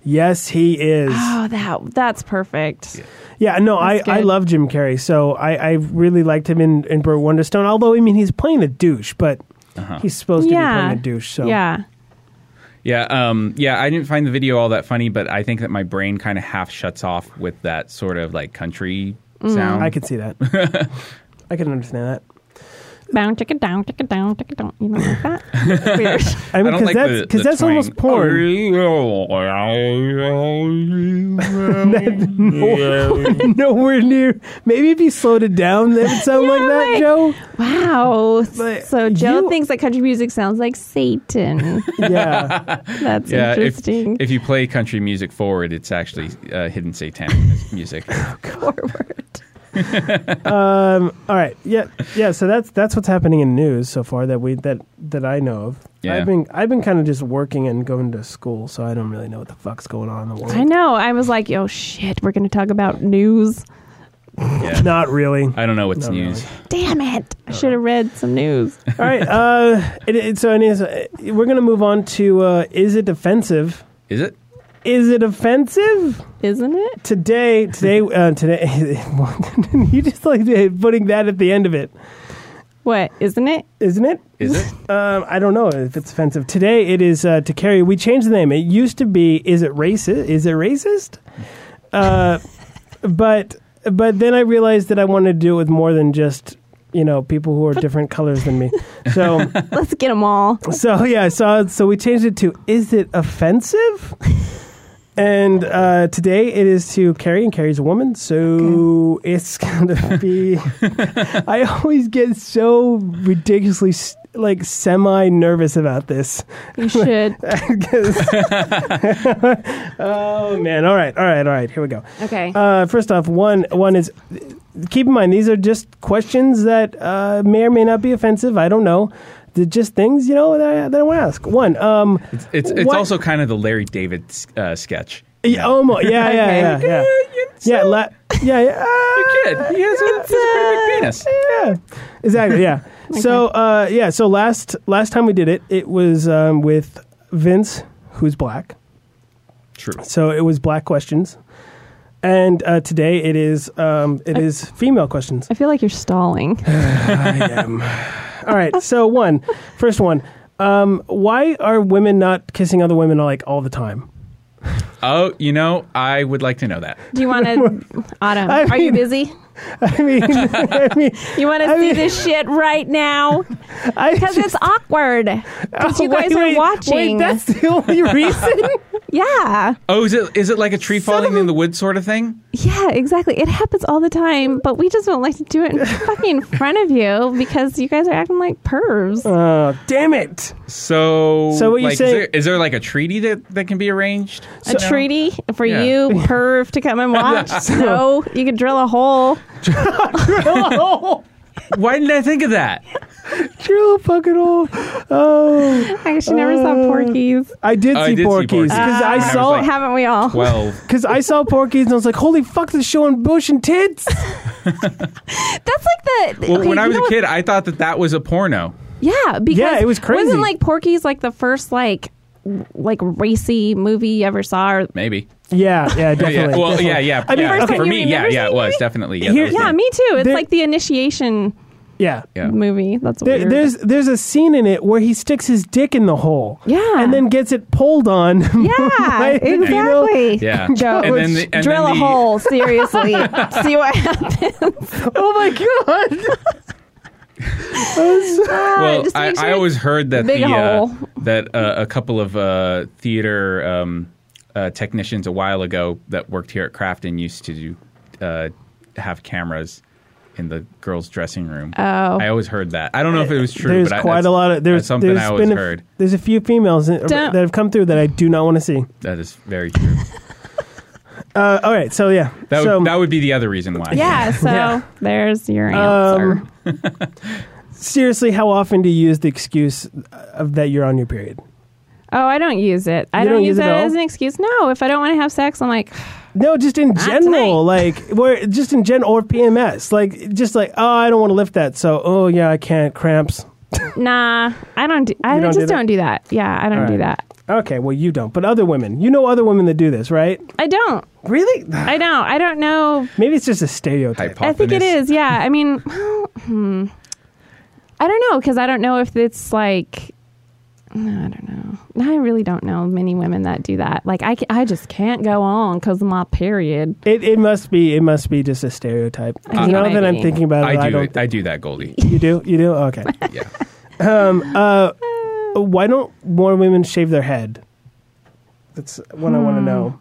S1: Yes, he is.
S3: (gasps) Oh, that that's perfect.
S1: Yeah, no, I,
S3: That's
S1: I
S3: good.
S1: love Jim Carrey, so I, I really liked him in, in Burt Wonderstone. Although, I mean, he's playing a douche, but
S2: Uh-huh.
S1: he's supposed to be
S3: Yeah.
S1: playing a douche. So
S3: Yeah.
S2: Yeah, um, yeah, I didn't find the video all that funny, but I think that my brain kind of half shuts off with that sort of like country sound.
S1: Mm, I could see
S2: (laughs)
S1: that. I can understand that.
S3: Bound, tick it down, tick it down, tick it down. You know, like that.
S1: (laughs)
S3: Weird.
S1: I mean,
S2: don't
S1: because
S2: like
S1: that's
S2: the-
S1: because
S2: the
S1: that's
S2: twang. Oh,
S1: almost porn.
S2: (laughs)
S1: (laughs) Nowhere near. Maybe if you slowed it down, that would sound like that,
S3: like-
S1: Joe.
S3: Wow.
S1: But
S3: so Joe
S1: you-
S3: thinks that country music sounds like
S1: (laughs)
S3: Satan.
S1: Yeah.
S3: That's
S2: Yeah, if,
S3: interesting.
S2: if you play country music forward, it's actually uh, hidden satanic (laughs) mus- music.
S3: (laughs) Forward.
S1: Um, All right. Yeah. Yeah. So that's that's what's happening in news so far that we that that I know of.
S2: Yeah.
S1: I've been I've been kind of just working and going to school, so I don't really know what the fuck's going on in the world.
S3: I know. I was like, oh shit, we're going to talk about news.
S2: Yeah.
S1: Not really. All
S2: I don't know what's
S1: Not
S2: news.
S3: Damn it. I should have read some (laughs) news.
S1: right. Uh, it, it, so anyways, uh, we're gonna move on to uh, is it offensive?
S2: Is it?
S1: Is it offensive
S3: Isn't it?
S1: today? Today? Uh, today? (laughs) you just like putting that at the end of it,
S3: What? Isn't it?
S1: isn't it?
S2: Is
S3: (laughs)
S2: it?
S1: Um, I don't know if it's offensive. Today it is uh, to carry. We changed the name. It used to be is it racist? Is it racist? Uh, but but then I realized that I wanted to do it with more than just you know people who are different colors than me. So
S3: Let's get them all.
S1: so yeah so so we changed it to is it offensive? And uh, today it is to Carrie, and Carrie's a woman, so it's gonna be. (laughs) I always get so ridiculously s- like semi nervous about this.
S3: (laughs) You should.
S1: 'Cause- oh man! All right, all right, all right. Here we go.
S3: Okay.
S1: Uh, first off, one one is keep in mind these are just questions that uh, may or may not be offensive. I don't know. They're just things you know that I, that I want to ask. One, um,
S2: It's it's
S1: What-
S2: also kind of the Larry David uh, sketch.
S1: yeah, almost, Oh,
S2: (laughs)
S1: yeah, yeah,
S3: Okay.
S1: yeah, yeah, yeah, la- yeah, yeah. ah,
S2: Kid, he has a, he has a pretty big penis.
S1: yeah, exactly.
S2: (laughs)
S1: Yeah. So, uh, yeah. So last last time we did it, it was um, with Vince, who's black.
S2: True.
S1: So it was black questions, and uh, today it is um, it is female
S2: (laughs)
S1: questions.
S3: I feel like you're stalling.
S1: All right. So one, first one. Um, why are women not kissing other women like all the time? (laughs)
S2: oh, you know, I would like to know that.
S3: Do you (laughs) want to, Autumn?
S1: I
S3: are you
S1: mean-
S3: busy?
S1: I mean, (laughs) I mean,
S3: You want to
S1: I
S3: see
S1: mean-
S3: this shit right (laughs) now?
S1: I (laughs)
S3: Because
S1: just-
S3: it's awkward. Because
S1: Oh,
S3: you guys
S1: wait,
S3: are
S1: wait,
S3: watching.
S1: Wait, that's the
S3: (laughs)
S1: only reason.
S3: yeah.
S2: Oh, is it is it like a tree
S1: Son
S2: falling
S1: of
S2: in the woods sort of thing?
S3: Yeah, exactly. It happens all the time, but we just don't like to do (laughs) it in fucking front of you because you guys are acting like pervs.
S1: oh, damn it!
S2: So,
S1: So what you
S2: like,
S1: say-
S2: is, there, is there like a treaty that, that can be arranged?
S3: a treaty for
S2: Yeah. (laughs)
S3: you, perv, to come and watch. no, you could drill a hole.
S1: oh,
S2: Why didn't I think of that?
S1: drill a fucking hole. Oh,
S3: I guess you never saw Porky's. Uh,
S1: I did
S2: I
S1: see
S2: did see
S1: Porky's
S2: Porky's.
S1: because I
S2: Ah.
S1: saw
S2: like-
S3: haven't we all? (laughs)
S2: Well,
S1: because I saw Porky's and I was like, holy fuck, they're showing bush and (laughs) tits.
S3: That's like the.
S2: well
S3: okay,
S2: when I
S3: you
S2: was
S3: know
S2: a
S3: what-
S2: kid, I thought that that was a porno.
S3: Yeah, because
S1: Yeah, it was crazy.
S3: Wasn't like Porky's like the first like w- like racy movie you ever saw? Or,
S2: Maybe.
S1: Yeah, yeah,
S2: Oh, Yeah,
S1: definitely.
S2: yeah. Well,
S1: definitely.
S2: yeah, yeah.
S1: I mean,
S2: yeah.
S1: first
S3: time
S2: for
S3: you
S2: me, yeah,
S3: remember
S2: yeah, it
S3: seeing
S2: was
S3: it?
S2: definitely. Yeah, that
S1: Here-
S2: was
S3: yeah,
S2: me.
S3: me Uh, too. It's
S1: There-
S3: like the initiation
S1: yeah.
S2: Yeah.
S3: movie. That's
S1: There-
S3: weird.
S1: there's there's a scene in it where he sticks his dick in the hole,
S3: Yeah.
S1: and then gets it pulled on. (laughs)
S2: (laughs)
S3: (laughs) yeah,
S1: by the female.
S3: exactly. (laughs)
S2: Yeah.
S3: Joe,
S2: And then the- and then
S3: drill a
S2: the- (laughs)
S3: hole seriously. See what happens.
S1: Oh my god!
S2: Well, I,
S3: just make sure
S2: I
S3: it's
S2: always heard that
S3: big
S2: the uh,
S3: hole.
S2: that uh, a couple of uh, theater um, uh, technicians a while ago that worked here at Crafton used to uh, have cameras in the girls' dressing room. Oh, I always heard that. I don't know if it was true.
S1: There's
S2: but I-
S1: quite
S2: that's-
S1: a lot of there's
S2: that's something
S1: there's
S2: I always
S1: been a,
S2: heard.
S1: There's a few females in- that
S3: Don't-
S1: have come through that I do not want to see.
S2: That is very true.
S1: Uh, all right, so yeah,
S2: That would,
S1: so
S2: that would be the other reason why.
S3: Yeah, so
S1: Yeah.
S3: there's your
S2: Um,
S3: answer.
S1: seriously, how often do you use the excuse of that you're on your period?
S3: oh, I don't use it. I
S1: You
S3: don't,
S1: don't
S3: use
S1: use it
S3: that
S1: at all?
S3: as an excuse. No, if I don't want to have sex, I'm like, (sighs)
S1: No, just in general, like where just in gen or PMS, like just like oh, I don't want to lift that, so oh yeah, I can't cramps.
S3: nah, I don't. Do, I
S1: You don't
S3: just
S1: do that?
S3: don't do that. Yeah, I don't
S1: All
S3: do
S1: right.
S3: that.
S1: Okay, well you don't, but other women, you know other women that do this, right?
S3: I don't.
S1: Really?
S3: I don't. I don't know.
S1: Maybe it's just a stereotype.
S2: Hypothesis.
S3: I think it is. Yeah. I mean, (laughs) well, hmm. I don't know because I don't know if it's like. No, I don't know. No, I really don't know many women that do that. Like, I, ca- I just can't go on because of my period.
S1: It, it must be it must be just a stereotype. 'Cause
S3: think it
S1: now
S3: might
S1: that I'm
S3: be.
S1: thinking about it, I,
S2: I do.
S1: don't.
S2: it- I do that, Goldie.
S3: (laughs)
S1: you do? You do? Okay. Uh,
S2: Yeah.
S1: Why don't more women shave their head? That's what I want to know.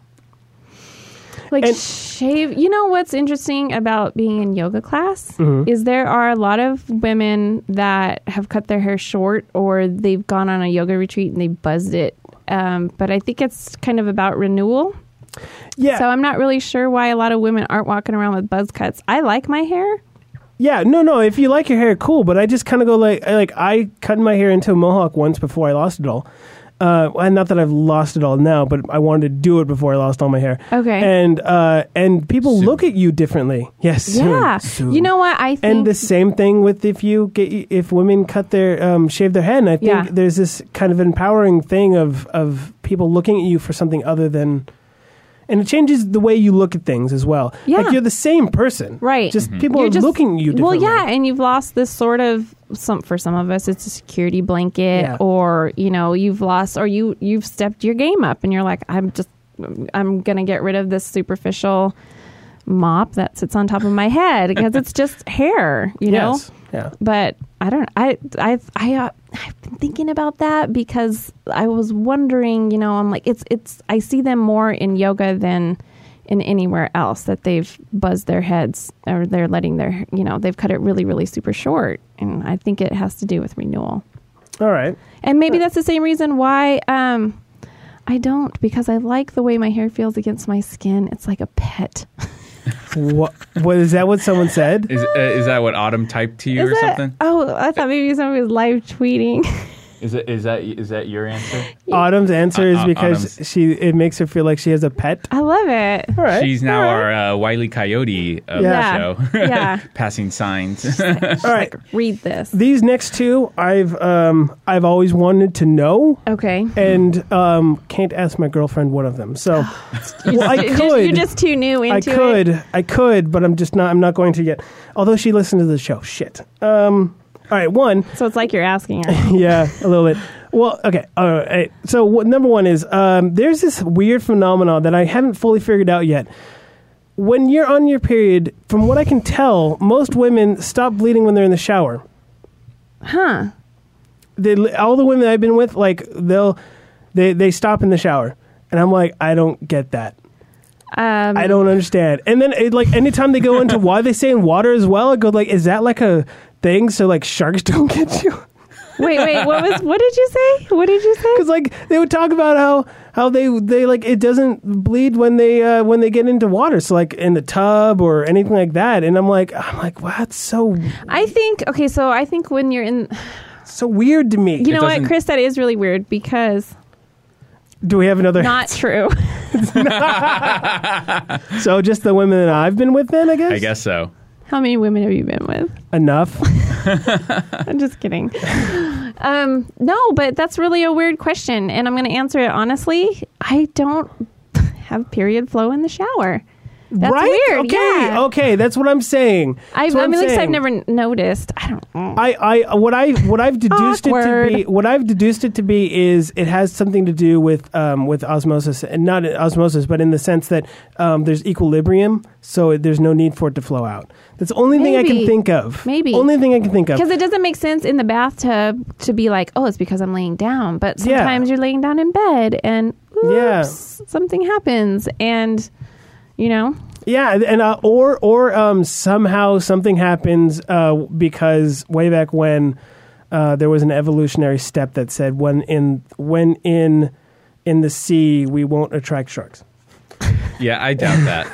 S3: like
S1: And-
S3: shave you know what's interesting about being in yoga class
S1: Mm-hmm.
S3: is there are a lot of women that have cut their hair short or they've gone on a yoga retreat and they buzzed it um, but i think it's kind of about renewal
S1: Yeah.
S3: so i'm not really sure why a lot of women aren't walking around with buzz cuts i like my hair
S1: yeah. No. No. If you like your hair, cool. But I just kind of go like I- like I cut my hair into a mohawk once before I lost it all. Uh, and not that I've lost it all now, but I wanted to do it before I lost all my hair.
S3: Okay.
S1: And uh, and people
S2: Soon.
S1: look at you differently. Yes.
S3: yeah
S1: soon, soon.
S3: you know what i think
S1: And the same thing with if you get if women cut their um, shave their head. And I think
S3: Yeah.
S1: there's this kind of empowering thing of of people looking at you for something other than, and it changes the way you look at things as well.
S3: Yeah.
S1: like you're the same person,
S3: Right.
S1: Just
S2: Mm-hmm.
S1: people
S3: You're
S1: are
S3: just-
S1: looking at you.
S3: Well,
S1: Differently.
S3: yeah, and you've lost this sort of some for some of us it's a security blanket
S1: Yeah.
S3: or you know, you've lost or you you've stepped your game up and you're like I'm just I'm going to get rid of this superficial mop that sits on top of my head because it's just hair,
S1: (laughs)
S3: you
S1: yes,
S3: know?
S1: yeah.
S3: But I don't I I I uh, I've been thinking about that because I was wondering, you know, I'm like it's it's I see them more in yoga than in anywhere else that they've buzzed their heads or they're letting their you know they've cut it really really super short and I think it has to do with renewal
S1: All right.
S3: and maybe that's the same reason why um, I don't because I like the way my hair feels against my skin it's like a pet
S1: What, what is that? What someone said?
S2: (laughs) Is, uh, is that what Autumn typed to you
S3: Is
S2: or
S3: that-
S2: something?
S3: oh I thought maybe somebody was live tweeting
S2: Is it is that is that your answer?
S1: Autumn's answer is
S2: Uh, uh,
S1: because
S2: Autumn's-
S1: she it makes her feel like she has a
S2: (laughs)
S1: pet.
S3: (laughs) I love it
S1: All right.
S2: She's now our uh, Wiley Coyote of
S3: Yeah.
S1: (laughs)
S2: the (laughs) show.
S3: Yeah.
S2: Passing signs. (laughs)
S1: All right.
S3: (laughs) read this
S1: These next two, I've um I've always wanted to know.
S3: okay
S1: and um, can't ask my girlfriend one of them.
S3: (gasps)
S1: So well, I
S3: You're
S1: could,
S3: just- you're just too new into
S1: I could,
S3: it
S1: I could, but I'm just not. I'm not going to yet. Although she listened to the show, shit. Um, all right, one,
S3: (laughs)
S1: (laughs)
S3: so it's like you're asking her
S1: yeah, a little bit. Well, okay. All right. So, what, number one is um, there's this weird phenomenon that I haven't fully figured out yet. When you're on your period, from what I can tell, most women stop bleeding when they're in the shower.
S3: Huh.
S1: They, all the women I've been with, like they'll they they stop in the shower, and I'm like, I don't get that.
S3: Um,
S1: I don't understand. And then, it, like, anytime they go into why they say in water as well, I go like, is that like a thing so like sharks (laughs) don't get you?
S3: wait, wait. What was? What did you say? What did you
S1: Because
S3: say?
S1: like they would talk about how how they they like it doesn't bleed when they uh, when they get into water, so like in the tub or anything like that. And I'm like, I'm like, wow, that's so
S3: I think okay. So I think when you're in,
S1: so weird to me.
S3: you know what,
S2: doesn't-
S3: Chris, that is really
S1: (laughs)
S3: weird because
S1: Do we have another?
S3: not true. (laughs)
S1: so just the women that I've been with, then I guess.
S2: I guess so.
S3: How many women have you been with?
S1: enough.
S3: I'm just
S1: (laughs)
S3: kidding. Um, no, but that's really a weird question, and I'm going to answer it honestly. I don't (laughs) have period flow in the shower. That's
S1: right?
S3: weird.
S1: Okay.
S3: yeah.
S1: Okay. That's what I'm saying.
S3: I,
S1: That's what
S3: I
S1: I'm
S3: mean, at least I've
S1: saying.
S3: never n- noticed. I don't. know.
S1: I, I what I what I've deduced it
S3: Awkward.
S1: to be what I've deduced it to be is it has something to do with um, with osmosis and not osmosis, but in the sense that um, there's equilibrium, so it, there's no need for it to flow out. That's the only thing I can
S3: Maybe.
S1: think of.
S3: Maybe.
S1: only thing I can think of.
S3: Because it doesn't make sense in the bathtub to be like, oh, it's because I'm laying down. But
S1: Yeah.
S3: sometimes you're laying down in bed and oops,
S1: Yeah.
S3: something happens. And, you know,
S1: Yeah, and uh, or or um, somehow something happens uh, because way back when uh, there was an evolutionary step that said when in when in in the sea we won't attract sharks.
S2: Yeah, I doubt
S3: (laughs)
S2: that.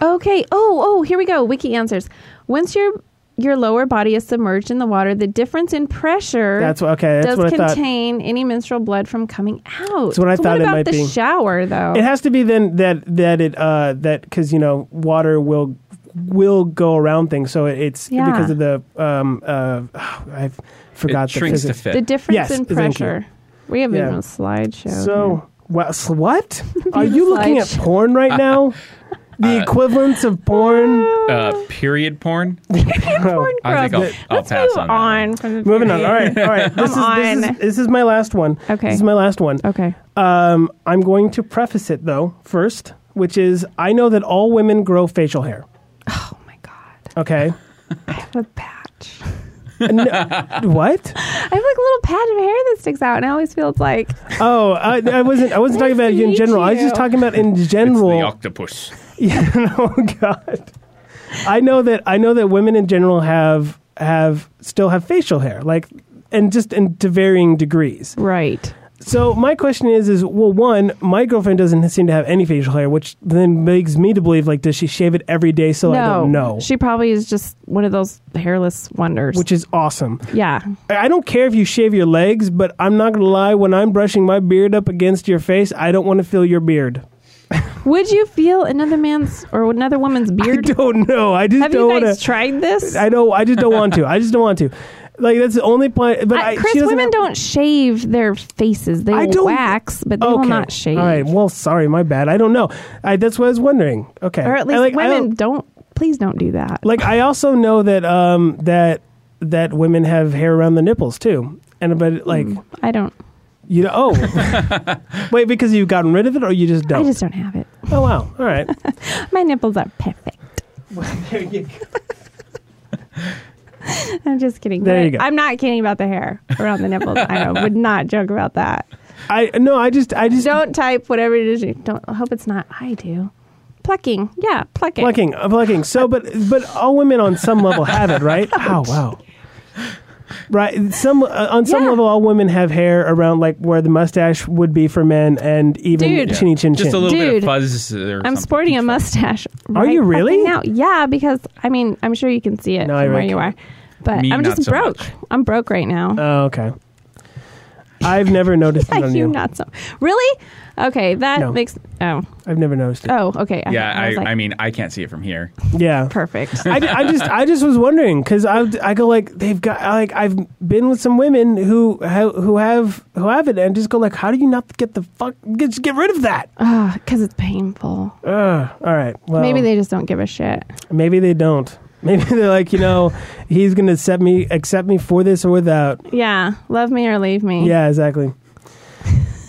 S3: okay. Oh, oh, here we go. Wiki answers. Once your your lower body is submerged in the water, the difference in pressure
S1: That's what- okay, that's
S3: does
S1: what I thought.
S3: contain any menstrual blood from coming out.
S1: what I
S3: so
S1: thought
S3: what
S1: it
S3: about
S1: might
S3: the
S1: be.
S3: shower, though?
S1: It has to be then that that it uh, that because you know water will will go around things, so it's
S3: Yeah.
S1: because of the um uh I've forgot
S2: it
S1: the
S2: shrinks to
S1: physics.
S2: fit.
S3: the difference
S1: Yes,
S3: in
S1: thank you.
S3: pressure. We have
S1: Yeah.
S3: even a slideshow. (laughs)
S1: So well, s- what are you looking at
S3: slide.
S1: porn right
S3: (laughs)
S1: now? the equivalence of porn.
S2: uh, period porn.
S1: (laughs) porn
S2: I think I'll,
S3: Gross.
S2: I'll
S3: Let's
S2: pass
S3: move
S2: on. that.
S3: from the
S1: Moving on.
S3: period.
S1: All right. All
S3: (laughs)
S1: right. This,
S3: Come
S1: is, this
S3: on.
S1: is this is my last one.
S3: Okay.
S1: This is my last one.
S3: Okay.
S1: Um, I'm going to preface it though first, which is I know that all women grow facial hair.
S3: Oh my god. (laughs)
S1: Okay.
S3: I have a patch.
S1: what?
S3: (laughs) I have like a little patch of hair that sticks out, and I always feel it's like
S1: Oh, I, I wasn't. I
S3: (laughs)
S1: wasn't talking about
S3: to
S1: you in
S3: meet
S1: general. I was just
S3: you.
S1: talking about in
S2: It's
S1: general. (laughs)
S2: the octopus.
S1: oh God. I know that. I know that women in general have have still have facial hair, like, and just in to varying degrees.
S3: right.
S1: So my question is, is well, one, my girlfriend doesn't seem to have any facial hair, which then makes me to believe, like, does she shave it every day? So I don't know,
S3: she probably is just one of those hairless wonders.
S1: which is awesome.
S3: yeah,
S1: I I don't care if you shave your legs, but I'm not gonna lie. When I'm brushing my beard up against your face, I don't want to feel your beard.
S3: would you feel another man's or another woman's
S1: I
S3: beard?
S1: don't know. I just
S3: Have
S1: don't
S3: you
S1: want
S3: guys
S1: to.
S3: tried this?
S1: I know. I just don't want to. I just don't want to. Like that's the only point. But
S3: I-
S1: I,
S3: Chris,
S1: she doesn't
S3: women
S1: have-
S3: don't shave their faces. They
S1: I don't-
S3: wax, but they will
S1: Okay.
S3: not shave.
S1: All right. Well, sorry, my bad. I don't know. I, that's what I was wondering. Okay.
S3: Or at least
S1: I, like, I don't-
S3: women don't. Please don't do that.
S1: like I also know that um that that women have hair around the nipples too. And but like
S3: I don't.
S1: you know oh (laughs) wait because you've gotten rid of it or you just
S3: I
S1: don't
S3: just don't have it.
S1: oh wow all right
S3: My nipples are perfect.
S1: (laughs) there you go.
S3: (laughs) I'm just kidding.
S1: There
S3: But
S1: you go.
S3: I'm not kidding about the hair around the nipples. I would not joke about that.
S1: I no I just I just
S3: Don't type whatever it is. You don't. I hope it's not. I do. Plucking. Yeah, plucking.
S1: plucking uh, plucking so but but all women on some level have it
S3: (laughs)
S1: right oh wow right some uh, on some
S3: Yeah.
S1: level all women have hair around like where the mustache would be for men and even
S3: Dude. Yeah.
S1: chinny chin chin
S2: Just a little bit of
S3: Dude,
S2: fuzz. Or
S3: I'm sporting a mustache.
S1: Are
S3: right
S1: you really?
S3: fucking Now. Yeah, because I mean, I'm sure you can see it
S1: No, I
S3: from where
S1: really
S3: you are.
S1: can't.
S3: But
S2: Me,
S3: I'm
S2: not
S3: just
S2: so
S3: broke.
S2: much.
S3: I'm broke right now. (laughs)
S1: oh okay I've never noticed it on
S3: you
S1: you
S3: not so. Really? Okay, that
S1: No.
S3: makes. Oh,
S1: I've never noticed it
S3: oh, okay.
S2: Yeah, I,
S3: was like,
S2: I mean, I can't see it from here.
S1: yeah
S2: (laughs)
S3: perfect.
S1: I, I just I just was wondering because I I go like they've got like I've been with some women who ha- who have who have it and just go like how do you not get the fuck get just get rid of that?
S3: Ah, because it's painful.
S1: Ugh. all right, well
S3: Maybe they just don't give a shit.
S1: maybe they don't. (laughs) Maybe they're like, you know, he's going to accept me, accept me for this or
S3: Mm-hmm.
S1: without.
S3: Yeah, love me or leave me.
S1: Yeah, exactly.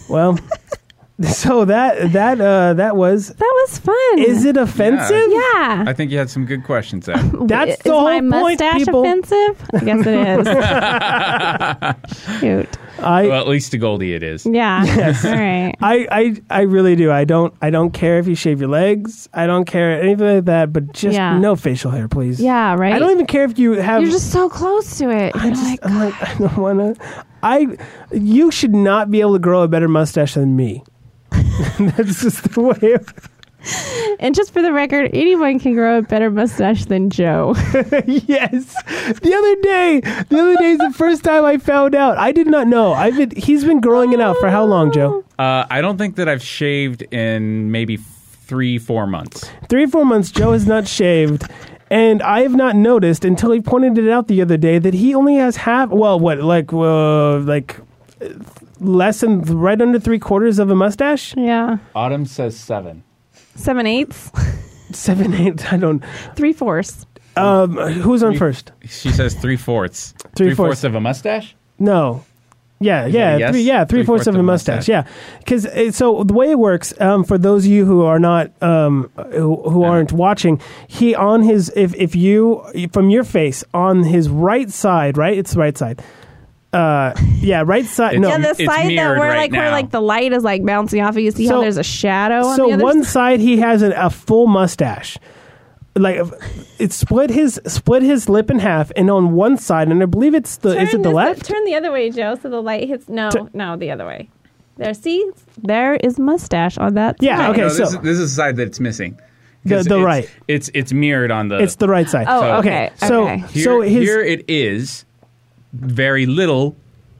S1: Well, (laughs) so that that uh, that was.
S3: that was fun.
S1: Is it offensive?
S3: Yeah.
S2: I think you had some good questions, (laughs)
S3: (laughs)
S2: Zach.
S1: That's
S3: is
S1: the whole
S3: my
S1: point,
S3: mustache
S1: people.
S3: offensive? I guess (laughs) it is. Shoot.
S1: I
S2: well, at least to Goldie, it is.
S3: Yeah. All right.
S1: I, I I really do. I don't I don't care if you shave your legs. I don't care anything like that. But just
S3: Yeah.
S1: no facial hair, please.
S3: Yeah. Right.
S1: I don't even care if you have.
S3: You're just so close to
S1: (laughs)
S3: it.
S1: I
S3: You're
S1: just
S3: like,
S1: I'm like I don't want to. I you should not be able to grow a better mustache than me. (laughs) That's just the way. Of,
S3: and just for the record, anyone can grow a better mustache than Joe.
S1: (laughs)
S3: (laughs)
S1: yes. The other day, the other day is the first time I found out. I did not know. I've been, he's been growing it out for how long, Joe?
S2: Uh, I don't think that I've shaved in maybe three, four months.
S1: three or four months joe has not shaved and i have not noticed until he pointed it out the other day that he only has half well what like uh, like uh, less than right under three quarters of a mustache
S3: Yeah.
S2: Autumn says seven.
S3: Seven eighths,
S1: seven eight i don't
S3: three fourths.
S1: um who's on first
S2: She says three fourths.
S1: Three-fourths.
S2: of a mustache.
S1: No. Yeah,
S2: that
S1: yeah,
S2: a yes?
S1: three, yeah, three fourths of a mustache. Yeah, because so the way it works um, for those of you who are not um, who, who aren't watching, he on his if if you from your face on his right side, right? It's the right side. Uh, yeah, right side. no,
S3: yeah, the
S2: Oh, it's
S3: side that
S2: mirrored
S3: we're
S2: right
S3: like where
S2: now.
S3: like the light is like bouncing off of you. See
S1: So-
S3: how there's a shadow on
S1: so
S3: the other
S1: one side
S3: side?
S1: he has an, a full mustache like uh, it split his split his lip in half and on one side and i believe it's the is it the
S3: this-
S1: left
S3: Turn the other way, Joe, so the light hits. No, no, the other way. There, see, there is mustache on that.
S1: Yeah,
S3: side.
S1: okay.
S2: No, this,
S1: so-
S2: is, this is the side that's missing.
S1: The-
S2: 'Cause
S1: the
S2: it's,
S1: right.
S2: It's it's mirrored on the.
S1: it's the right side
S3: Oh,
S1: okay,
S3: okay,
S1: so
S3: okay.
S2: Here,
S1: so his
S2: here it is, very little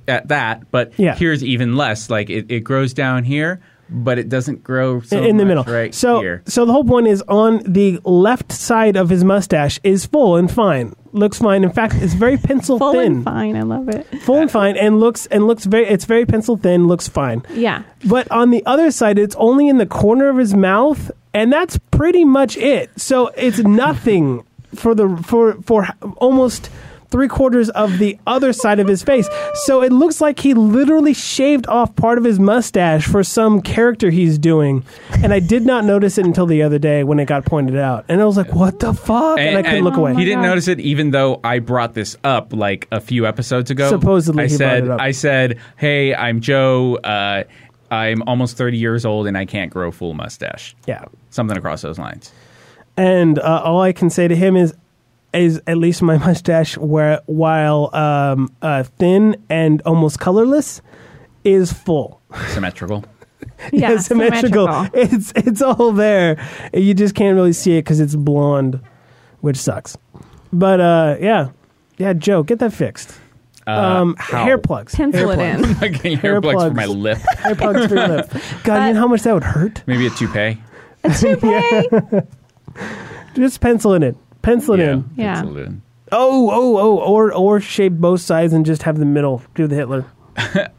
S2: at that, but
S1: Yeah.
S2: here's even less. Like it, it grows down here, but it doesn't grow so
S1: in the
S2: much
S1: middle.
S2: right
S1: so,
S2: here.
S1: so the whole point is on the left side of his mustache is full and fine. Looks fine. In fact, it's very pencil
S3: Full
S1: thin.
S3: and fine. I love it.
S1: Full and fine, and looks and looks very. It's very pencil thin. Looks fine.
S3: Yeah.
S1: But on the other side, it's only in the corner of his mouth, and that's pretty much it. So it's nothing for the for for almost three quarters of the other side of his face. So it looks like he literally shaved off part of his mustache for some character he's doing, and I did not notice it until the other day when it got pointed out, and I was like, "What the fuck?" And, I couldn't look away.
S2: He didn't
S3: God.
S2: notice it, even though I brought this up like a few episodes ago.
S1: Supposedly
S2: I
S1: he brought
S2: said,
S1: it up.
S2: I said, "Hey, I'm Joe. Uh, I'm almost 30 years old, and I can't grow full mustache."
S1: yeah.
S2: Something across those lines.
S1: and uh, all I can say to him is, is at least my (laughs) mustache, where while um, uh, thin and almost colorless, is full. (laughs)
S2: Symmetrical.
S3: Yeah.
S1: It's (laughs) It's it's all there. You just can't really see it because it's blonde, which sucks. But uh, yeah, yeah, Joe, get that fixed. um,
S2: Uh, how?
S1: hair
S2: (laughs)
S1: plugs,
S3: Pencil
S1: hair
S3: it
S1: plugs.
S3: in.
S2: Fucking hair plugs for
S1: plugs.
S2: my lip.
S1: (laughs) Hair plugs for your
S3: (laughs)
S1: lip. God, you know how much that would hurt.
S2: Maybe
S1: (laughs)
S2: a toupee.
S3: Toupee.
S1: Just pencil it in. Pencil it in.
S3: Yeah.
S2: pencil it in.
S1: Oh, oh, oh, or or shave both sides and just have the middle do the Hitler.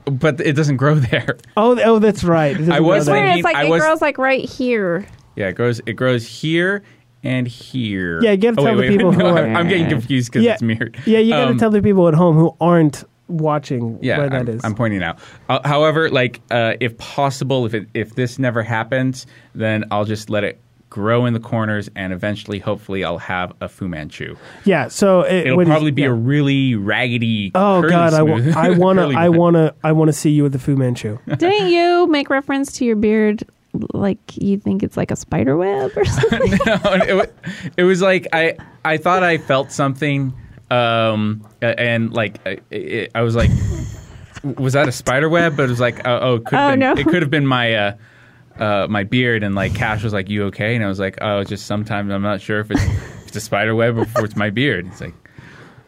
S2: But it doesn't grow (laughs) there.
S1: Oh, th- oh, that's right. It doesn't
S2: I
S1: grow
S2: was
S1: that
S3: Where
S1: way.
S2: thinking-
S3: it's like
S2: I
S3: it
S2: was-
S3: grows like right here.
S2: Yeah, it grows. It grows here and here.
S1: Yeah, you gotta
S2: Oh,
S1: tell
S2: wait,
S1: the people
S2: wait,
S1: who
S2: no,
S1: are-
S2: I'm, I'm getting confused because
S1: yeah,
S2: it's mirrored.
S1: Yeah, you got to
S2: Um,
S1: tell the people at home who aren't watching
S2: yeah,
S1: where that
S2: I'm,
S1: is.
S2: I'm pointing out. Uh, however, like uh, if possible, if it, if this never happens, then I'll just let it grow in the corners, and eventually, hopefully, I'll have a Fu Manchu.
S1: yeah, so it,
S2: It'll
S1: when-
S2: probably be
S1: yeah.
S2: a really raggedy.
S1: Oh
S2: curly
S1: God, I, w-
S2: smooth-
S1: I wanna,
S2: (laughs) curly
S1: I
S2: one.
S1: wanna, I wanna see you with the Fu
S2: (laughs)
S1: Manchu.
S3: Didn't you make reference to your beard like you think it's like a spider web or (laughs) something?
S2: (laughs) no, it, wa- it was like I I thought I felt something, um, a- and like I, i I was like, was that a spider web? But it was like, uh, oh, it could have
S3: Oh,
S2: been,
S3: no.
S2: it could have been my. Uh, uh, my beard and like Cash was like, "You okay?" And I was like, "Oh, it's just sometimes I'm not sure if it's, if it's a spider web or if it's my beard." It's like,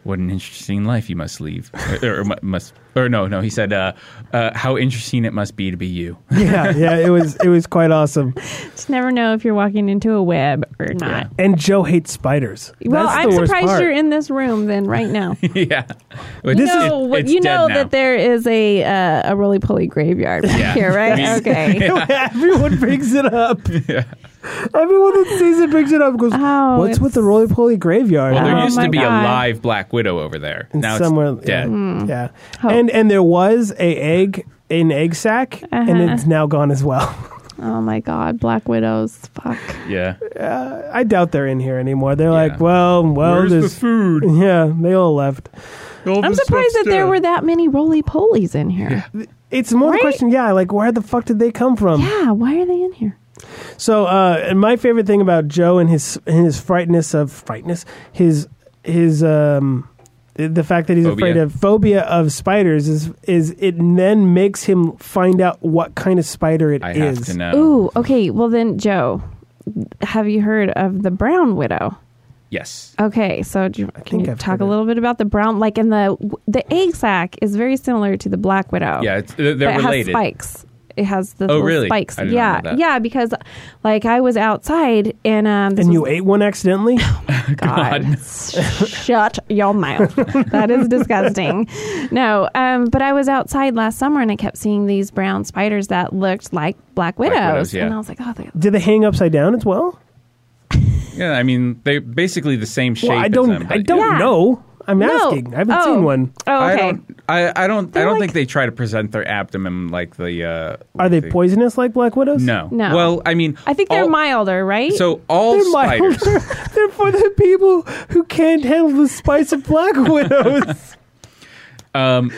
S2: "What an interesting life you must leave, or, or mu- must, or no, no." He said, uh, uh, "How interesting it must be to be you." (laughs)
S1: Yeah, yeah, it was, it was quite awesome.
S3: Just never know if you're walking into a web or not.
S1: And Joe hates spiders.
S3: Well,
S1: That's
S3: I'm
S1: the worst
S3: surprised
S1: part. (laughs)
S3: you're in this room then right now. You
S2: yeah,
S3: know, what- you know that there is a uh, a roly poly graveyard back
S2: Yeah.
S3: here, right?
S2: We-
S3: Okay.
S2: (laughs)
S1: Everyone brings it up. Everyone that sees it brings it up and goes,
S3: Oh,
S1: "What's with
S3: it's-
S1: the roly poly graveyard?"
S2: Well, there
S3: Oh
S2: used
S3: my
S2: to be
S3: God. Hmm.
S2: a live black widow over there.
S1: And
S2: now
S1: somewhere
S2: it's dead.
S1: Yeah, yeah. and and there was a egg, an egg sack, and
S3: Uh-huh.
S1: it's now gone as well. (laughs)
S3: Oh my God, Black Widows. Fuck.
S2: Yeah.
S1: I doubt they're in here anymore. They're like,
S2: Yeah.
S1: well, well,
S2: Where's
S1: Oh, there's
S2: the food?
S1: (laughs) yeah, they all left.
S3: I'm surprised that there were that many roly polies in here. Yeah.
S1: It's more
S3: Right?
S1: the question, yeah, like where the fuck did they come from?
S3: why are they in here?
S1: So, uh, and my favorite thing about Joe and his and his frightness of frightness, his his um, the fact that he's
S2: Phobia.
S1: afraid of phobia of spiders is is it then makes him find out what kind of spider it is.
S2: I have to know.
S3: Ooh, okay. Well, then, Joe, have you heard of the Brown Widow?
S2: Yes.
S3: Okay, so do you, can
S1: think
S3: you
S1: I've
S3: talk
S1: heard
S3: a
S1: of-
S3: little bit about the brown? Like in the the egg sack is very similar to the black widow.
S2: Yeah, it's, they're
S3: Oh. but it has
S2: related. Oh,
S3: spikes. It has the little
S2: really?
S3: spikes.
S2: I did not
S3: yeah,
S2: know that.
S3: yeah. Because like I was outside and um, this
S1: And you
S3: was-
S1: ate one accidentally?
S3: God, sh- (laughs) shut your mouth. (laughs) That is disgusting. No, um, but I was outside last summer and I kept seeing these brown spiders that looked like black widows,
S2: widows, yeah.
S3: and I was like, oh, they,
S1: Did they hang upside down as well?
S2: Yeah, I mean they're basically the same shape.
S1: well, I
S2: as
S1: don't.
S2: them, but
S1: I don't
S2: yeah.
S3: Yeah.
S1: know. I'm
S3: no.
S1: asking. I haven't
S3: Oh.
S1: seen one.
S3: Oh,
S2: I
S3: okay.
S2: don't. I, I don't. I
S3: They're
S2: don't
S3: like-
S2: think they try to present their abdomen like the. Uh,
S1: Are they
S2: the-
S1: poisonous like black widows?
S2: No.
S3: No.
S2: Well, I mean,
S3: I think they're
S2: all-
S3: milder, right?
S2: So all
S1: They're
S2: spiders.
S1: milder. (laughs) They're for the people who can't handle the spice of black (laughs) widows.
S2: Um,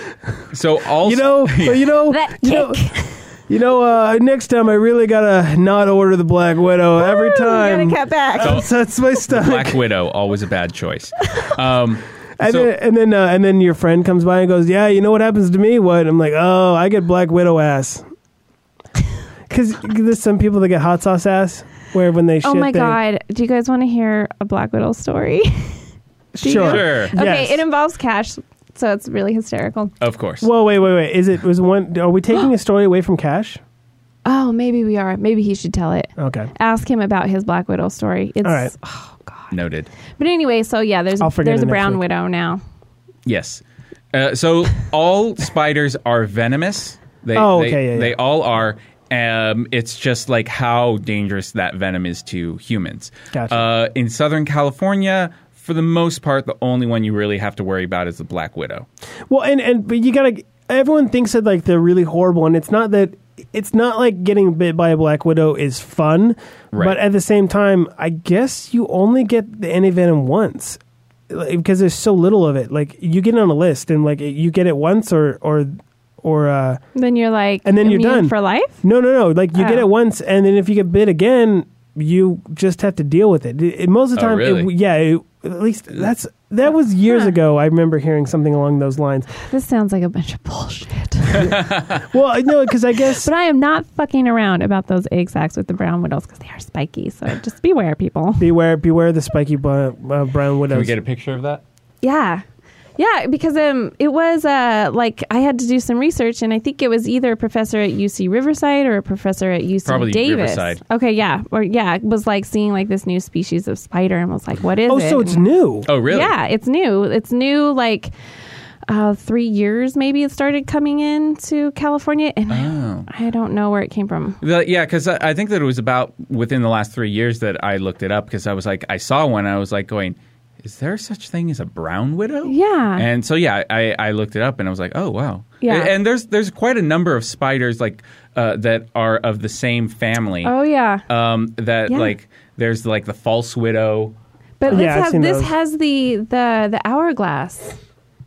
S2: so all
S1: You
S2: (laughs)
S1: know, you know,
S3: that
S1: (laughs) you know,
S3: kick.
S1: you know. Uh, next time, I really gotta not order the black widow
S3: (laughs)
S1: every time.
S3: Gotta cut back.
S1: That's, that's my stuff.
S2: Black Widow always a bad choice. Um,
S1: And
S2: so-
S1: then, and then, uh, and then your friend comes by and goes, "Yeah, you know what happens to me? What?" I'm like, "Oh, I get black widow
S3: (laughs)
S1: ass." Because there's some people that get hot sauce ass, where when they shit,
S3: Oh my
S1: they,
S3: god! Do you guys want to hear a Black Widow story? (laughs) Do you
S1: (laughs) Sure.
S2: Sure.
S3: Okay,
S1: Yes.
S3: it involves cash, so it's really hysterical.
S2: of course.
S1: Well, wait, wait, wait. Is it was one? Are we
S3: (gasps)
S1: taking a story away from Cash?
S3: Oh, maybe we are. Maybe he should tell it.
S1: Okay,
S3: Ask him about his Black Widow story. It's
S1: all right.
S2: Noted.
S3: but anyway. So yeah, there's
S1: I'll forget
S3: there's
S1: it
S3: a
S1: next
S3: brown
S1: week.
S3: widow now.
S2: Yes. Uh, so all spiders are venomous. They,
S1: Oh,
S2: they-
S1: okay, yeah, yeah.
S2: They all are. Um, it's just like how dangerous that venom is to humans.
S1: Gotcha.
S2: Uh, in Southern California, for the most part, the only one you really have to worry about is the black widow.
S1: Well, and and but you gotta. Everyone thinks that like they're really horrible, and it's not that. It's not like getting bit by a black widow is fun,
S2: Right.
S1: but at the same time, I guess you only get the antivenom once like, because there's so little of it. Like you get it on a list, and like you get it once or or or uh
S3: Then you're like,
S1: And then you're
S3: immune
S1: done.
S3: for life.
S1: no no no like you get
S3: Oh.
S1: it once, and then if you get bit again, you just have to deal with it. It- it- most of the
S2: Oh,
S1: time, it-
S2: really?
S1: yeah. It, at least that's that was years
S3: Huh.
S1: ago. I remember hearing something along those lines.
S3: This sounds like a bunch
S1: (laughs)
S3: of bullshit.
S1: Well, no, because I guess
S3: (laughs) but I am not fucking around about those egg sacks with the brown widows because they are spiky. So just beware, people.
S1: Beware, beware the spiky bl- uh, brown widows.
S2: Can we get a picture of that?
S3: Yeah. Yeah, because um, it was uh, like I had to do some research, and I think it was either a professor at UC Riverside or a professor at UC
S2: Probably
S3: Davis.
S2: Riverside.
S3: Okay, yeah, or yeah, it was like seeing like this new species of spider, and was like, what is
S1: oh,
S3: it?
S1: so it's
S3: And-
S1: new.
S2: Oh, really?
S3: Yeah, it's new. It's new. Like uh, three years, maybe it started coming into California, and I
S2: Oh.
S3: I don't know where it came from.
S2: The, yeah, because I, I think that it was about within the last three years that I looked it up because I was like, I saw one, I was like, going, is there such thing as a brown widow?
S3: Yeah.
S2: And so yeah, I, I looked it up and I was like, oh wow.
S3: Yeah.
S2: A- And there's there's quite a number of spiders like uh, that are of the same family.
S3: Oh yeah,
S2: Um, that
S3: Yeah.
S2: like there's like the false widow.
S3: but
S1: Yeah, I've
S3: this, has,
S1: seen
S3: this
S1: those.
S3: has the the the hourglass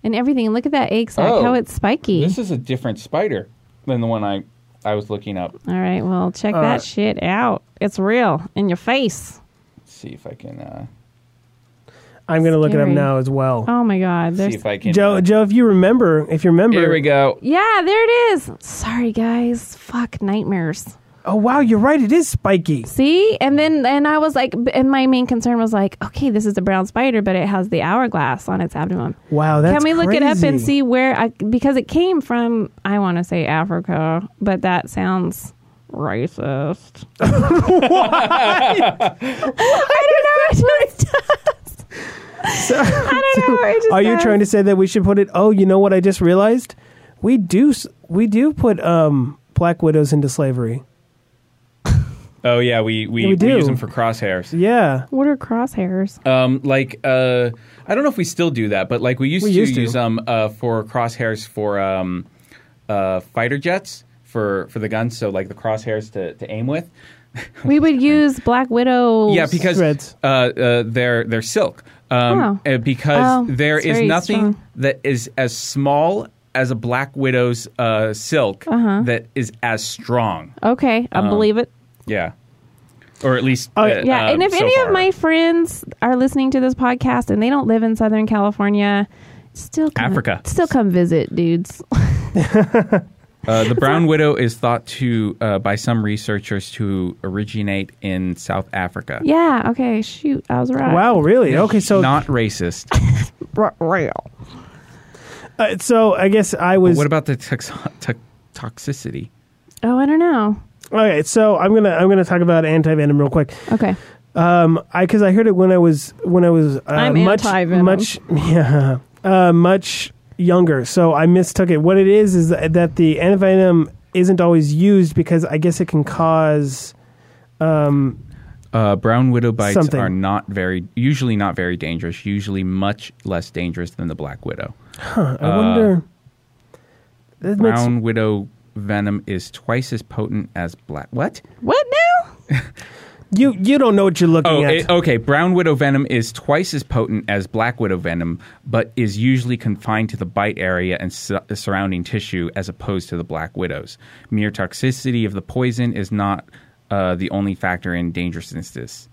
S3: and everything. Look at that egg sac,
S2: Oh.
S3: how it's spiky.
S2: This is a different spider than the one I I was looking up.
S3: All right, well, check
S2: Uh,
S3: that shit out. It's real in your face.
S2: Let's see if I can uh,
S1: I'm going to look it up
S3: Scary.
S1: now as well.
S3: Oh my God.
S2: see
S3: There's,
S2: if I can. uh,
S1: Joe, Joe, if you remember, if you remember,
S2: Here we go.
S3: yeah, there it is. Sorry, guys. Fuck nightmares.
S1: Oh wow, you're right. It is spiky.
S3: See? And then, and I was like, and my main concern was like, okay, this is a brown spider, but it has the hourglass on its abdomen.
S1: Wow, that's
S3: Can we look it up
S1: crazy.
S3: and see where I, because it came from, I want to say Africa, but that sounds
S1: (laughs)
S3: racist. (laughs) I don't know. It just (laughs) I don't know. It just
S1: Are you
S3: does.
S1: trying to say that we should put it? Oh, you know what? I just realized we do s- we do put um black widows into slavery.
S2: Oh yeah, we we,
S1: We
S2: we,
S1: do.
S2: use them for crosshairs.
S1: Yeah.
S3: What are crosshairs?
S2: Um, like uh, I don't know if we still do that, but like we used
S1: We
S2: to
S1: used to.
S2: use them uh, for crosshairs for um, uh, fighter jets for for the guns. So like the crosshairs to, to aim with.
S3: We would use Black Widow.
S2: Yeah, because
S1: Threads.
S2: uh, uh, they're they're silk. Um,
S3: Oh.
S2: uh, Because
S3: Oh,
S2: there
S3: it's
S2: is
S3: very
S2: nothing
S3: strong.
S2: that is as small as a black widow's uh, silk
S3: Uh-huh.
S2: that is as strong.
S3: Okay,
S1: Um,
S3: I believe it.
S2: Yeah, or at least
S1: Oh,
S2: uh,
S3: Yeah,
S2: uh,
S3: and if
S2: so
S3: any
S2: far.
S3: of my friends are listening to this podcast and they don't live in Southern California, still come,
S2: Africa.
S3: still come visit, dudes. (laughs)
S1: (laughs)
S2: Uh, the brown widow is thought to, uh, by some researchers, to originate in South Africa.
S3: yeah. Okay. Shoot, I was right.
S1: Wow, really? Okay, so
S2: not racist.
S3: R- real.
S1: uh, so I guess I (laughs) was
S2: what about the tox- to- toxicity?
S3: Oh, I don't know.
S1: Okay, so I'm going to I'm going to talk about anti-venom real quick.
S3: Okay.
S1: Um, I because I heard it when I was when I was uh,
S3: I'm
S1: much
S3: anti-venom.
S1: much yeah uh, much younger. So I mistook it. What it is is that, that the antivenom isn't always used because I guess it can cause. Um,
S2: Uh, brown widow bites
S1: Something.
S2: are not very, usually not very dangerous. Usually much less dangerous than the black widow.
S1: I wonder. That makes
S2: Uh, Brown widow venom is twice as potent as black. What?
S3: What now?
S1: you you don't know what you're looking
S2: Oh,
S1: at.
S2: it- okay. Brown widow venom is twice as potent as black widow venom, but is usually confined to the bite area and su- surrounding tissue as opposed to the black widow's. Mere toxicity of the poison is not uh, the only factor in dangerousness. This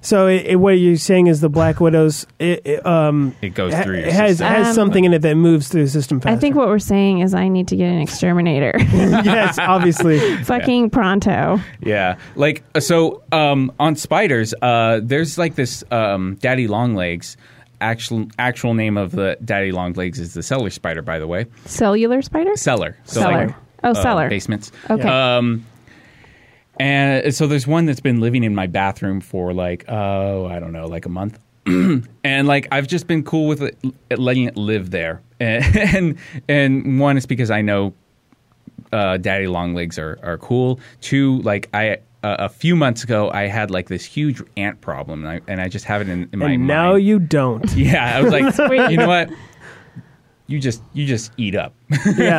S1: So it, it, what you're saying is the Black Widow's it, it, um
S2: It goes
S1: ha-
S2: through your
S1: has
S2: system.
S1: has
S3: Um,
S1: something in it that moves through the system faster.
S3: I think what we're saying is I need to get
S2: (laughs)
S3: an exterminator.
S1: (laughs) yes, obviously.
S3: Fucking pronto.
S2: Yeah, like uh, so um, on spiders, uh, there's like this um, daddy long legs. Actual actual name of the daddy long legs is the cellar spider, by the way.
S3: Cellular spider?
S2: Cellar, So,
S3: Cellar. Oh,
S2: uh,
S3: cellar.
S2: basements.
S3: Okay.
S2: Um, and uh, so there's one that's been living in my bathroom for like oh I don't know like a month, (clears throat) and like I've just been cool with it, letting it live there. (laughs) And and one is because I know uh, daddy long legs are, are cool. Two, like I uh, a few months ago I had like this huge ant problem, and I, and I just have it in, in my
S1: and now
S2: mind.
S1: you don't.
S2: (laughs) yeah, I was
S3: (laughs)
S2: like, you know what? You just you just eat up. (laughs)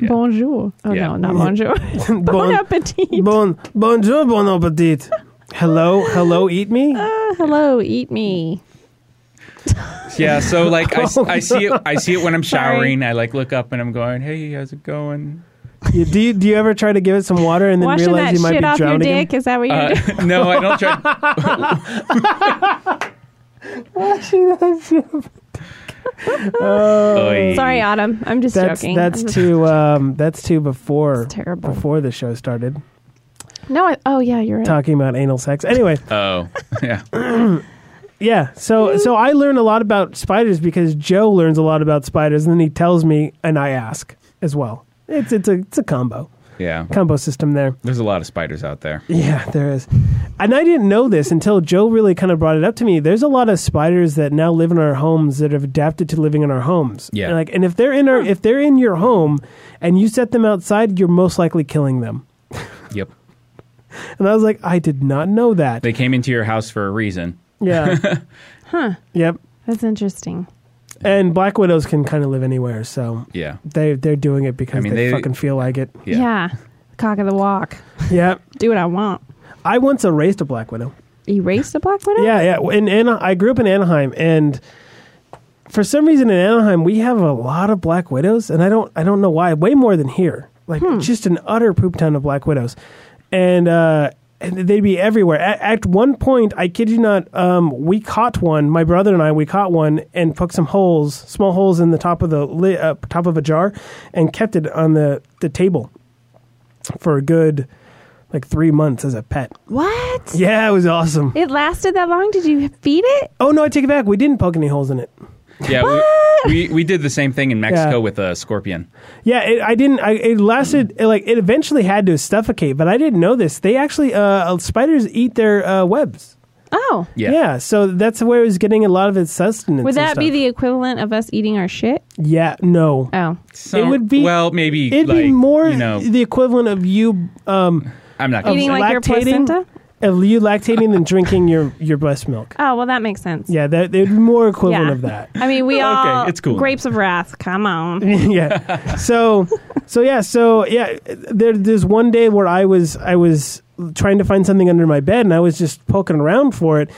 S1: Yeah.
S3: Bonjour. Oh,
S2: Yeah.
S3: no, not
S1: (laughs)
S3: bonjour. (laughs) bon,
S1: Bon-
S3: appetit.
S1: bon bonjour, bon appetit. Hello, hello, eat me.
S3: Hello, eat me.
S1: (laughs)
S2: Yeah, so like I, s- I see it I see it when I'm
S3: Sorry.
S2: showering. I like look up and I'm going, "Hey, how's it going?"
S1: You, do you do you ever try to give it some water and then
S3: Washing
S1: realize
S3: that
S1: you might
S3: shit
S1: be
S3: off your
S1: drowning? him?
S3: dick? Is that what you're
S1: (laughs)
S2: Uh,
S3: doing? (laughs)
S2: no, I don't try. (laughs) Oy.
S3: Sorry, Autumn. I'm just
S1: That's
S3: joking.
S1: that's
S3: I'm just- (laughs)
S1: too um that's too before
S3: It's terrible.
S1: before the show started
S3: No, I, oh, yeah, you're right.
S1: talking about anal sex. Anyway,
S2: Oh, (laughs) yeah.
S1: Yeah. So so I learn a lot about spiders because Joe learns a lot about spiders, and then he tells me, and I ask as well. It's it's a it's a combo
S2: Yeah.
S1: combo system there.
S2: There's a lot of spiders out there.
S1: Yeah, there is. And I didn't know this until Joe really kind of brought it up to me. There's a lot of spiders that now live in our homes that have adapted to living in our homes.
S2: Yeah.
S1: And like, and if they're in our if they're in your home, and you set them outside, you're most likely killing them.
S2: Yep.
S1: And I was like, I did not know that.
S2: They came into your house for a reason.
S1: yeah.
S2: (laughs)
S1: huh. Yep.
S3: That's interesting.
S1: And black widows can kind of live anywhere, so
S2: Yeah.
S1: They they're doing it because
S2: I mean,
S1: they,
S2: they-
S1: fucking feel like it.
S2: Yeah.
S3: Yeah. Cock of the walk.
S1: Yeah.
S3: Do what I want.
S1: I once erased a black widow.
S3: Erase the Black Widow?
S1: Yeah, yeah. In Ana- I grew up in Anaheim and for some reason in Anaheim we have a lot of black widows and I don't I don't know why, way more than here. Like just an utter poop ton of black widows. And uh and they'd be everywhere. At, at one point, I kid you not, um, we caught one. My brother and I, we caught one and poked some holes, small holes in the top of the li- uh, top of a jar, and kept it on the the table for a good like three months as a pet.
S3: What?
S1: Yeah, it was awesome.
S3: It lasted that long? Did you feed it?
S1: Oh no, I take it back. We didn't poke any holes in it.
S2: Yeah. We, we we did the same thing in Mexico
S1: Yeah.
S2: with a scorpion.
S1: Yeah, it, I didn't. I, it lasted it, like it eventually had to suffocate, but I didn't know this. They actually uh, spiders eat their uh, webs.
S3: Oh.
S2: Yeah.
S1: so that's where it was getting a lot of its sustenance.
S3: Would
S1: and
S3: that be
S1: stuff.
S3: the equivalent of us eating our shit?
S1: Yeah, no.
S3: Oh.
S2: So,
S1: It would be-
S2: well, maybe
S1: It'd
S2: like,
S1: be more
S2: You know,
S1: the equivalent of you um,
S2: I'm not
S3: Eating
S2: gonna say.
S3: like your placenta?
S1: Of you lactating than drinking your, your breast milk.
S3: Oh well, that makes sense.
S1: Yeah, that, they'd be more equivalent
S3: Yeah.
S1: of that.
S3: I mean,
S1: (laughs)
S3: we all
S2: it's cool.
S3: grapes of wrath. Come on.
S1: yeah. So, so yeah, so yeah, there, there's one day where I was I was trying to find something under my bed and I was just poking around for it.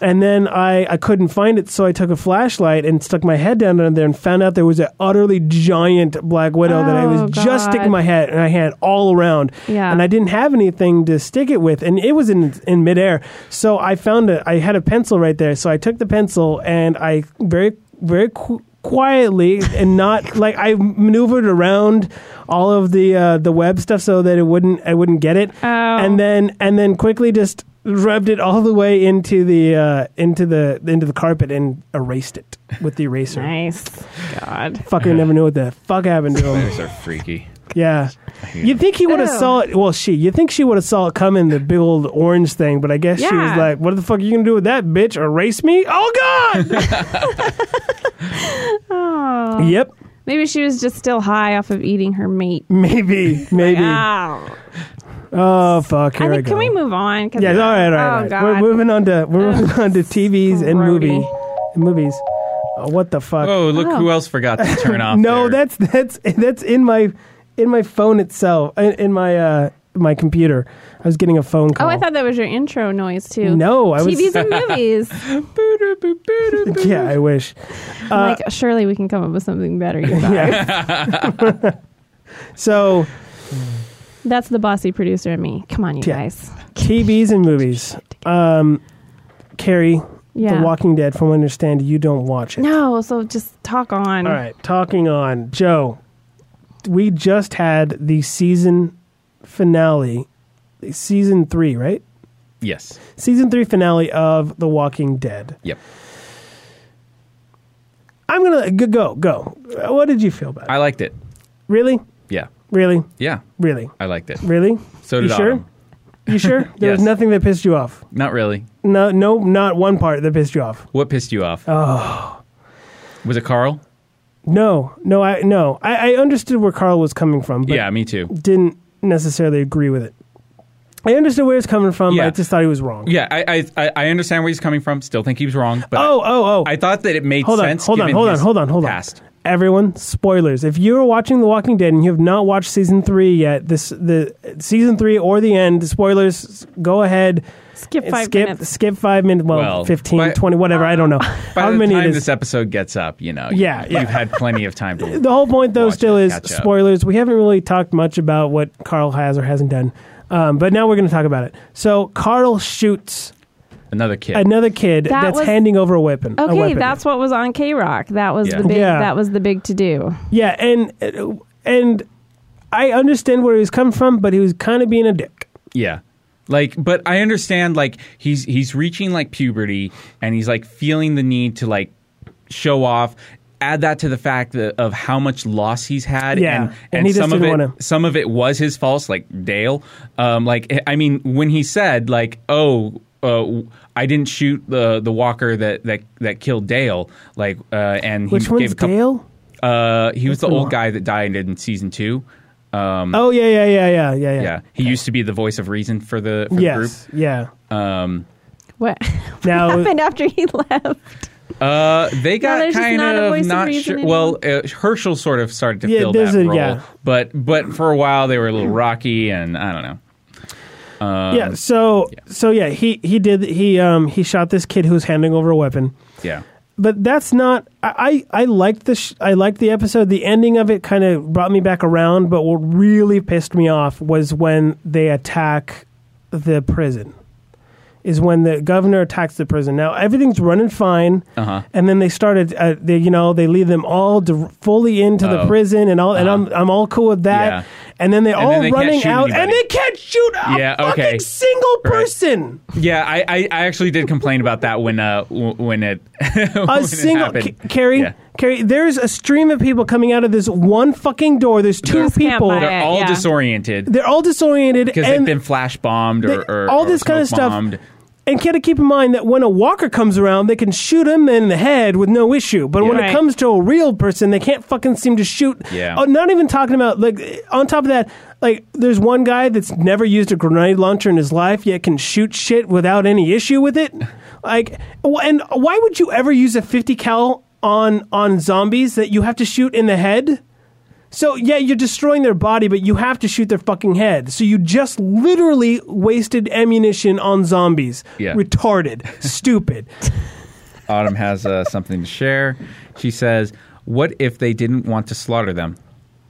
S1: And then I, I couldn't find it, so I took a flashlight and stuck my head down under there and found out there was an utterly giant black widow that I
S3: Oh,
S1: was just
S3: God.
S1: sticking my head and I had all around.
S3: Yeah.
S1: And I didn't have anything to stick it with, and it was in in midair. So I found a I had a pencil right there, so I took the pencil and I very very qu- quietly and not (laughs) like I maneuvered around all of the uh, the web stuff so that it wouldn't I wouldn't get it,
S3: Oh.
S1: and then and then quickly just rubbed it all the way into the uh, into the into the carpet and erased it with the eraser.
S3: Nice. God.
S1: Fucker never knew what the fuck happened to him.
S2: Those are freaky.
S1: Yeah. You'd think he would have
S3: Ew.
S1: saw it. Well, she. You'd think she would have saw it coming, the big old orange thing. But I guess she was
S3: Yeah.
S1: like, "What the fuck are you gonna do with that, bitch? Erase me? Oh
S3: (laughs)
S1: God!" (laughs)
S3: Oh.
S1: yep.
S3: Maybe she was just still high off of eating her meat. (laughs)
S1: Maybe. Maybe.
S3: Ow.
S1: oh fuck.
S3: I
S1: Here I,
S3: think.
S1: go.
S3: Can we move on? 'Cause-
S1: Yeah. All right. All right.
S3: Oh
S1: all right.
S3: God.
S1: We're moving on to we're moving on to TVs and
S3: Grody.
S1: movie and movies. Oh, what the fuck?
S2: Oh, look
S3: Oh.
S2: who else forgot to
S1: (laughs)
S2: turn off.
S1: no,
S2: their-
S1: that's that's that's in my in my phone itself in, in my uh my computer. I was getting a phone
S3: Oh,
S1: call.
S3: I thought that was your intro noise too.
S1: No, I was-
S3: TVs
S1: (laughs)
S3: and movies. (laughs)
S1: yeah, I wish.
S3: like surely we can come up with something better. You guys.
S1: Uh, (laughs) Yeah. (laughs) so
S3: That's the bossy producer and me. Come on, you
S1: Yeah.
S3: guys.
S1: TVs and movies. Um, Carrie,
S3: Yeah.
S1: The Walking Dead. From what I understand, you don't watch it.
S3: No, so just talk on.
S1: All right. Talking on Joe. We just had the season finale, season three, right?
S2: yes.
S1: Season three finale of The Walking Dead.
S2: Yep.
S1: I'm gonna go go go. Uh, What did you feel about it?
S2: I liked it.
S1: Really,
S2: Yeah.
S1: really,
S2: Yeah.
S1: really,
S2: I liked it.
S1: really.
S2: So
S1: you
S2: did
S1: sure?
S2: Autumn.
S1: You
S2: (laughs)
S1: sure? There was
S2: Yes.
S1: nothing that pissed you off.
S2: Not really.
S1: No, no, not one part that pissed you off.
S2: What pissed you off? Oh. Was it Carl?
S1: No, no, I no. I, I understood where Carl was coming from, but
S2: yeah, me too.
S1: didn't necessarily agree with it. I understood where he was coming from.
S2: Yeah.
S1: I just thought he was wrong.
S2: Yeah, I, I I- I understand where he's coming from. Still think he was wrong, but
S1: Oh, oh, oh.
S2: I thought that it made
S1: hold on,
S2: sense.
S1: hold on,
S2: given
S1: hold on,
S2: his
S1: hold on, hold on.
S2: Past.
S1: Everyone, spoilers. If you're watching The Walking Dead and you have not watched season three yet, this the season three or the end, spoilers, go ahead.
S3: Skip five
S1: skip
S3: minutes.
S1: skip five minutes well,
S2: Well,
S1: 15
S2: by-
S1: 20 whatever i don't know
S2: By
S1: how
S2: the
S1: many it
S2: time
S1: is
S2: this episode gets up, you know,
S1: Yeah,
S2: you,
S1: yeah.
S2: have had plenty
S1: (laughs)
S2: of time to.
S1: the whole point though
S2: Watch
S1: still
S2: it,
S1: is
S2: catch up.
S1: spoilers we haven't really talked much about what carl has or hasn't done um, but now we're going to talk about it so carl shoots
S2: another kid.
S1: another kid
S3: That
S1: that's
S3: was-
S1: handing over a weapon a
S3: Okay,
S1: weapon.
S3: that's what was on K Rock. That was
S2: Yeah.
S3: the big.
S1: Yeah.
S3: That was the big to do.
S1: yeah and and i understand where he was coming from but he was kind of being a dick
S2: Yeah. Like but I understand like he's he's reaching like puberty and he's like feeling the need to like show off add that to the fact that, of how much loss he's had
S1: Yeah.
S2: and
S1: And he just
S2: some of it
S1: didn't wanna-
S2: some of it was his faults like Dale um like I mean when he said like oh uh, I didn't shoot the the walker that that that killed Dale like uh and he
S1: which
S2: gave
S1: one's
S2: a couple,
S1: dale
S2: uh he was the
S1: the
S2: old
S1: one?
S2: guy that died in season 2 um
S1: oh yeah yeah yeah yeah yeah yeah
S2: yeah he used to be the voice of reason for the for the group
S1: yes
S2: (laughs)
S1: yeah
S2: um,
S3: What (laughs)
S1: now
S3: happened after he (laughs) left?
S2: uh, they got
S3: there's just
S2: kind
S3: not a voice
S2: of
S3: of
S2: not
S3: reason
S2: sure.
S3: anymore.
S2: Well, uh, Herschel sort of started to
S1: Yeah,
S2: fill
S1: there's
S2: that
S1: a-
S2: role,
S1: yeah.
S2: but but for a while they were a little rocky, and I don't know.
S1: yeah so so yeah he he did he um he shot this kid who was handing over a weapon
S2: Yeah,
S1: but that's not. I I I liked the sh- I liked the episode. The ending of it kind of brought me back around. But what really pissed me off was when they attack the prison. Is when the governor attacks the prison. Now everything's running fine,
S2: Uh-huh.
S1: and then they started. Uh, they you know they lead them all dir- fully into the
S2: Oh.
S1: prison, and all and I'm I'm all cool with that.
S2: Yeah.
S1: And then they're
S2: then
S1: all
S2: they can't
S1: running
S2: shoot
S1: out, and
S2: anybody.
S1: they can't shoot a
S2: Yeah, okay.
S1: fucking single
S2: Right.
S1: person.
S2: yeah. I, I, I actually did complain about that when uh w- when it (laughs) when
S1: a
S2: it
S1: single
S2: happened.
S1: Ca- Carrie,
S2: Yeah.
S1: Carrie, there's a stream of people coming out of this one fucking door. There's two
S3: Just can't
S1: people.
S3: buy
S1: They're,
S3: it.
S2: They're all
S3: Yeah.
S2: disoriented
S1: all disoriented
S2: because they've
S1: and
S2: been flash bombed
S1: they-
S2: or, or
S1: all
S2: or
S1: this kind of
S2: smoke
S1: stuff.
S2: bombed.
S1: And gotta keep in mind that when a walker comes around, they can shoot him in the head with no issue. But when
S3: Yeah.
S1: it
S3: Right.
S1: comes to a real person, they can't fucking seem to shoot.
S2: Yeah.
S1: Oh, not even talking about like. On top of that, like there's one guy that's never used a grenade launcher in his life yet can shoot shit without any issue with it. Like, wh- and why would you ever use a 50 cal on on zombies that you have to shoot in the head? So yeah, you're destroying their body, but you have to shoot their fucking head. So you just literally wasted ammunition on zombies.
S2: Yeah. (laughs)
S1: Retarded. Stupid.
S2: Autumn has uh, something to share. She says, "What if they didn't want to slaughter them?"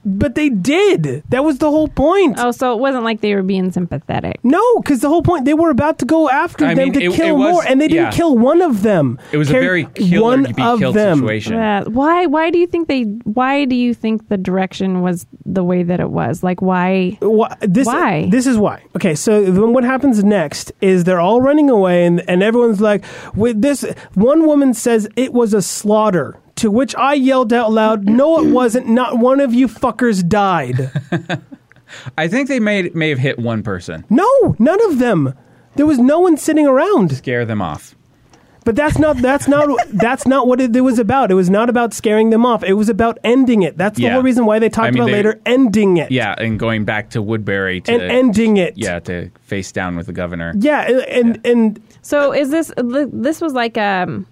S1: But they did. That was the whole point.
S3: Oh, so it wasn't like they were being sympathetic.
S1: No, because the whole point they were about to go after
S2: I
S1: them
S2: mean,
S1: to
S2: it- it
S1: kill
S2: was-
S1: more, and they didn't
S2: yeah.
S1: kill one of them.
S2: It was
S1: Carrie,
S2: a very killer
S1: one
S2: to be
S1: of
S2: killed
S1: them.
S2: situation.
S3: Yeah. Uh, Why? Why do you think they? Why do you think the direction was the way that it was? Like why?
S1: Why, this,
S3: Why?
S1: This is why. Okay, so then what happens next is they're all running away, and, and everyone's like, with this, one woman says it was a slaughter, to which I yelled out
S2: (clears throat)
S1: loud, no, it wasn't. Not one of you fuckers
S2: (laughs)
S1: died.
S2: I think they may may have hit one person,
S1: no, none of them. There was no one sitting around.
S2: scare them off.
S1: But that's not that's not that's not what it, it was about. It was not about scaring them off. It was about ending it. That's the
S2: Yeah.
S1: whole reason why they talked
S2: I mean,
S1: about
S2: they-
S1: later ending it.
S2: Yeah, and going back to Woodbury to
S1: And ending it.
S2: yeah to face down with the governor.
S1: Yeah, and and, and
S3: So is this? This was like um,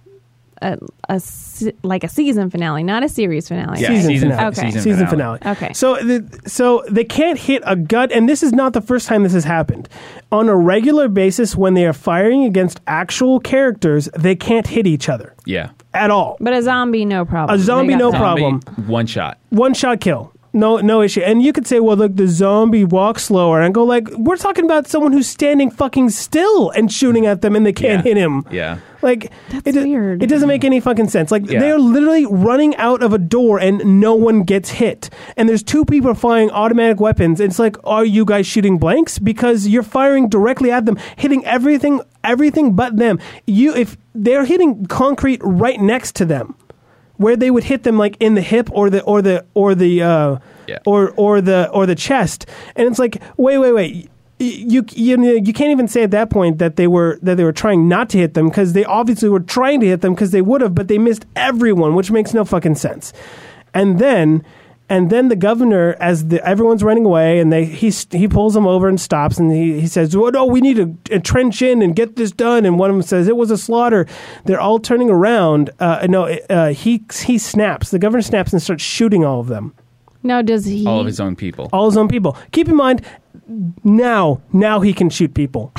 S3: a, a se- like a season finale, not a series finale.
S2: Yeah,
S1: Season finale.
S3: Okay. Season
S1: season finale.
S3: Okay.
S1: So the, so they can't hit a gut, and this is not the first time this has happened. On a regular basis, when they are firing against actual characters, they can't hit each other
S2: Yeah,
S1: at all.
S3: But a zombie, no problem.
S1: A
S3: They
S1: zombie,
S3: got
S1: no
S3: that.
S1: problem.
S2: Zombie, one shot.
S1: One shot kill. No, no issue. And you could say, well, look, the zombie walks slower, and go like, we're talking about someone who's standing fucking still and shooting at them, and they can't
S2: Yeah.
S1: hit him.
S2: Yeah.
S1: Like
S3: That's
S1: it, do-
S3: weird.
S1: It doesn't make any fucking sense. Like
S2: Yeah.
S1: they're literally running out of a door and no one gets hit. And there's two people firing automatic weapons. It's like, are you guys shooting blanks? Because you're firing directly at them, hitting everything, everything but them. You, if they're hitting concrete right next to them, where they would hit them like in the hip or the or the or the uh,
S2: Yeah.
S1: or or the or the chest, and it's like, wait, wait, wait. Y- You you know, you can't even say at that point that they were that they were trying not to hit them because they obviously were trying to hit them because they would have, but they missed everyone, which makes no fucking sense. And then and then the governor, as the, everyone's running away, and they he st- he pulls them over and stops, and he, he says, "Well, no, we need to uh, trench in and get this done." And one of them says, "It was a slaughter." They're all turning around. Uh, no, uh, he he snaps. The governor snaps and starts shooting all of them,
S3: No, does he?
S2: All of his own people.
S1: all his own people. Keep in mind, now now he can shoot people.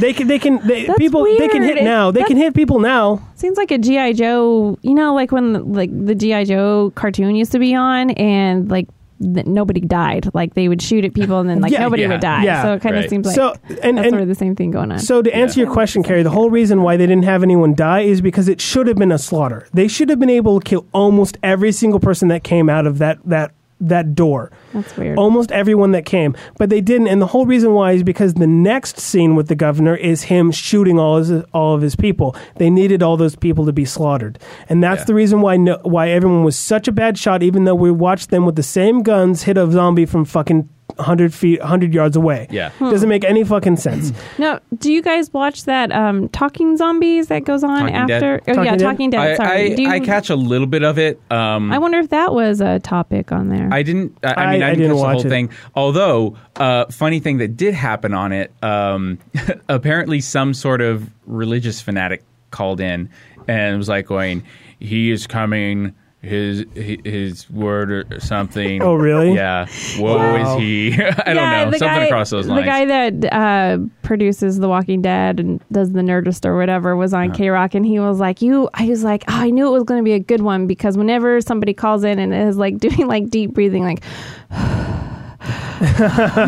S1: They can they can they,
S3: That's
S1: people they can hit
S3: weird.
S1: now. They can hit people now.
S3: Seems like a GI Joe. You know, like when like the GI Joe cartoon used to be on, and like th- nobody died. Like they would shoot at people, and then like
S1: Yeah,
S3: nobody
S2: yeah,
S3: would die.
S1: yeah.
S3: so it kind of
S2: Right.
S3: seems like
S1: so and,
S3: that's
S1: and
S3: sort of the same thing going on.
S1: So to answer your question, Carrie, the whole reason why they didn't have anyone die is because it should have been a slaughter. They should have been able to kill almost every single person that came out of that that that door.
S3: that's weird.
S1: Almost everyone that came, but they didn't. And the whole reason why is because the next scene with the governor is him shooting all his, all of his people. They needed all those people to be slaughtered, and that's
S2: Yeah.
S1: the reason why no, why everyone was such a bad shot. Even though we watched them with the same guns hit a zombie from fucking hundred feet, hundred yards away.
S2: Yeah.
S1: doesn't make any fucking
S2: (clears throat)
S1: sense.
S3: No, do you guys watch that um, Talking Zombies that goes on
S2: Talking Dead.
S3: after? Oh
S1: Talking
S3: yeah,
S1: Dead?
S3: Talking Dead.
S2: I,
S3: sorry,
S2: I,
S3: do you,
S2: I catch a little bit of it. Um,
S3: I wonder if that was a topic on there.
S2: I didn't. I, I mean,
S1: I-
S2: I,
S1: I
S2: didn't,
S1: didn't
S2: catch the
S1: watch
S2: whole
S1: it.
S2: thing. Although, uh, funny thing that did happen on it. Um, (laughs) apparently, some sort of religious fanatic called in and was like, "Going, he is coming." His hi- his word or something.
S1: Oh, really?
S2: Yeah. Woe
S1: Wow.
S2: is he? (laughs) I
S3: Yeah,
S2: don't know. Something
S3: the guy-
S2: across those lines.
S3: The guy that uh, produces The Walking Dead and does The Nerdist or whatever was on K Rock, and he was like, "You," I was like, "Oh, I knew it was going to be a good one because whenever somebody calls in and is like (laughs) doing like deep breathing, like (sighs)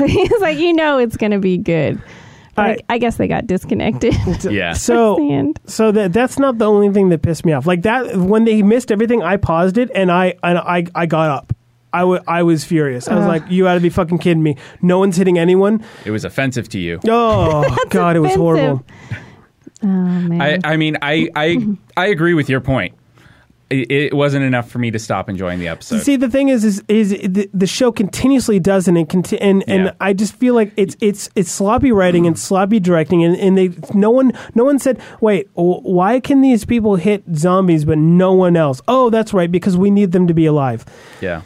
S3: he's like, you know, it's going to be good." But
S1: All right.
S3: I, I guess they got disconnected.
S2: yeah.
S3: That's the
S1: So
S3: end.
S1: so that that's not the only thing that pissed me off. Like that when they missed everything, I paused it and I and I I got up. I wa- I was furious. I was like, "You got to be fucking kidding me! No one's hitting
S3: (laughs)
S1: anyone."
S2: it was offensive to you.
S1: Oh God, it was horrible.
S3: Oh man.
S2: I, I mean, I, I, I agree with your point. it, it wasn't enough for me to stop enjoying the episode.
S1: See, the thing is, is, is the, the show continuously does it, and conti- and,
S2: Yeah.
S1: and I just feel like it's it's it's sloppy writing and sloppy directing, and, and they no one no one said, wait, w- why can these people hit zombies but no one else? Oh, that's right, because we need them to be alive.
S2: yeah.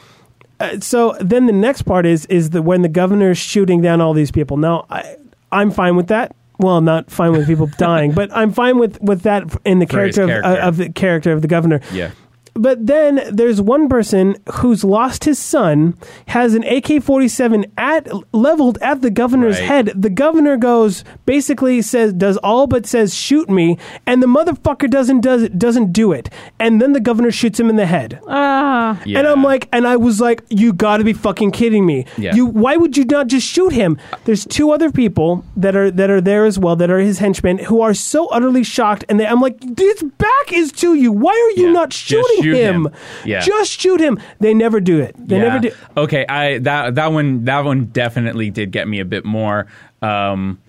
S1: Uh, so then the next part is is that when the governor is shooting down all these people. Now I I'm fine with that. Well, not fine with
S2: (laughs)
S1: people dying, but I'm fine with with that in the
S2: For his
S1: character, Of,
S2: character.
S1: uh, of the character of the governor.
S2: Yeah.
S1: But then there's one person who's lost his son, has an AK-47 at leveled at the governor's
S2: Right.
S1: head. The governor goes basically says does all but says shoot me, and the motherfucker doesn't does it doesn't do it, and then the governor shoots him in the head.
S3: Ah.
S2: Yeah.
S1: And I'm like, and I was like, you got to be fucking kidding me.
S2: Yeah.
S1: You, why would you not just shoot him? There's two other people that are that are there as well that are his henchmen who are so utterly shocked, and they, I'm like, his back is to you. Why are you
S2: Yeah.
S1: not
S2: Just
S1: shooting
S2: shoot
S1: him?
S2: him. Yeah.
S1: Just shoot him. They never do it. They
S2: Yeah.
S1: never do.
S2: Okay, I that that one that one definitely did get me a bit more. Um,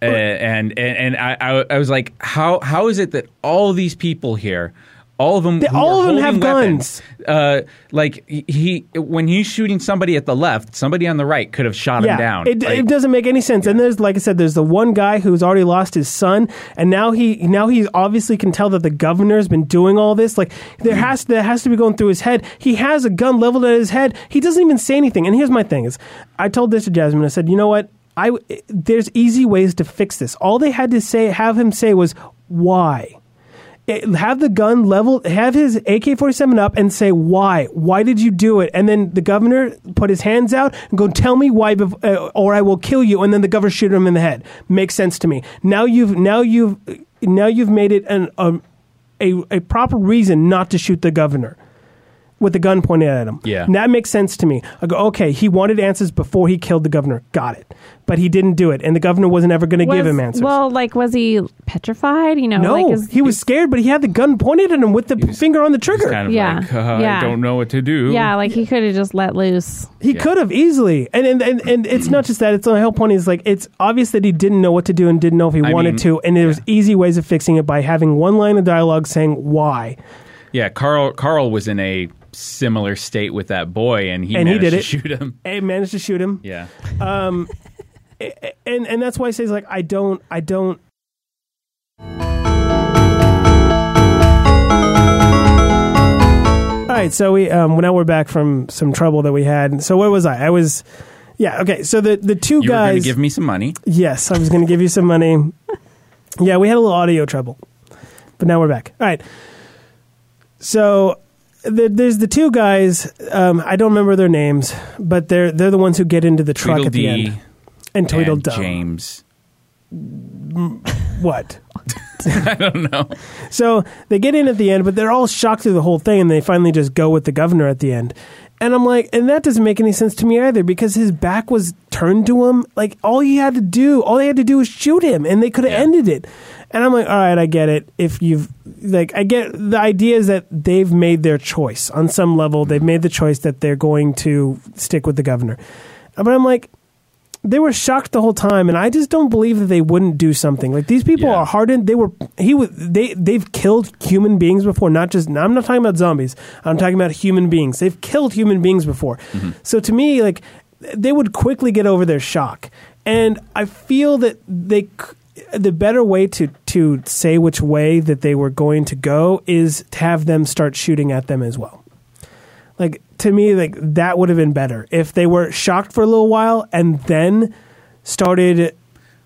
S2: a- and and and I, I I was like, how how is it that all these people here, all of them, who are
S1: all of them
S2: holding
S1: have
S2: weapons, Uh, like he when he's shooting somebody at the left, somebody on the right could have shot him down.
S1: It,
S2: Like,
S1: it doesn't make any sense. And there's, like I said, there's the one guy who's already lost his son, and now he now he obviously can tell that the governor's been doing all this. Like there
S2: Hmm.
S1: has there has to be going through his head. He has a gun leveled at his head. He doesn't even say anything. And here's my thing: is I told this to Jasmine. I said, you know what? I w- there's easy ways to fix this. All they had to say, have him say, was why it- have the gun leveled, have his AK 47 up and say, why? Why did you do it? And then the governor put his hands out and go, tell me why, bef- uh, or I will kill you. And then the governor shoot him in the head. Makes sense to me. Now you've, now you've, now you've made it an, um, a, a proper reason not to shoot the governor with the gun pointed at him.
S2: Yeah.
S1: And that makes sense to me. I go, okay, he wanted answers before he killed the governor. Got it. But he didn't do it. And the governor wasn't ever going to give
S3: Was-
S1: him answers.
S3: Well, like, was he petrified? You know,
S1: No,
S3: like, is,
S1: he was scared, but he had the gun pointed at him with the p- finger on the trigger.
S2: kind of
S3: Yeah.
S2: like uh,
S3: Yeah.
S2: I don't know what to do.
S3: yeah, like he could have just let loose.
S1: he could have easily, and and, and and it's not just that. It's the whole point is like it's obvious that he didn't know what to do and didn't know if he
S2: I
S1: wanted
S2: mean,
S1: to, and there's easy ways of fixing it by having one line of dialogue saying why.
S2: yeah. Carl Carl was in a similar state with that boy, and he
S1: And he
S2: managed
S1: did
S2: to
S1: it.
S2: shoot him.
S1: And managed to shoot him,
S2: Yeah.
S1: Um, and and that's why he says like I don't, I don't. All right, so we um, now we're back from some trouble that we had. So where was I? I was, yeah, okay. So the the two
S2: You were going
S1: guys
S2: to give me some money.
S1: Yes, I was going to give you some money. Yeah, we had a little audio trouble, but now we're back. All right. So there, there's the two guys. Um, I don't remember their names, but they're they're the ones who get into the truck
S2: Tweedledee
S1: at the end. And
S2: and
S1: Tweedledum.
S2: James.
S1: What?
S2: (laughs) I don't know.
S1: So they get in at the end, but they're all shocked through the whole thing, and they finally just go with the governor at the end. And I'm like, and that doesn't make any sense to me either because his back was turned to him. Like all he had to do, all they had to do was shoot him, and they could have
S2: Yeah.
S1: ended it. And I'm like, all right, I get it. If you've like, I get the idea is that they've made their choice on some level. They've made the choice that they're going to stick with the governor. But I'm like, they were shocked the whole time, and I just don't believe that they wouldn't do something. Like these people
S2: Yeah.
S1: are hardened. They were he was they they've killed human beings before. Not just now. I'm not talking about zombies. I'm talking about human beings. They've killed human beings before. So to me, like they would quickly get over their shock, and I feel that they c- the better way to to say which way that they were going to go is to have them start shooting at them as well like to me like that would have been better if they were shocked for a little while and then started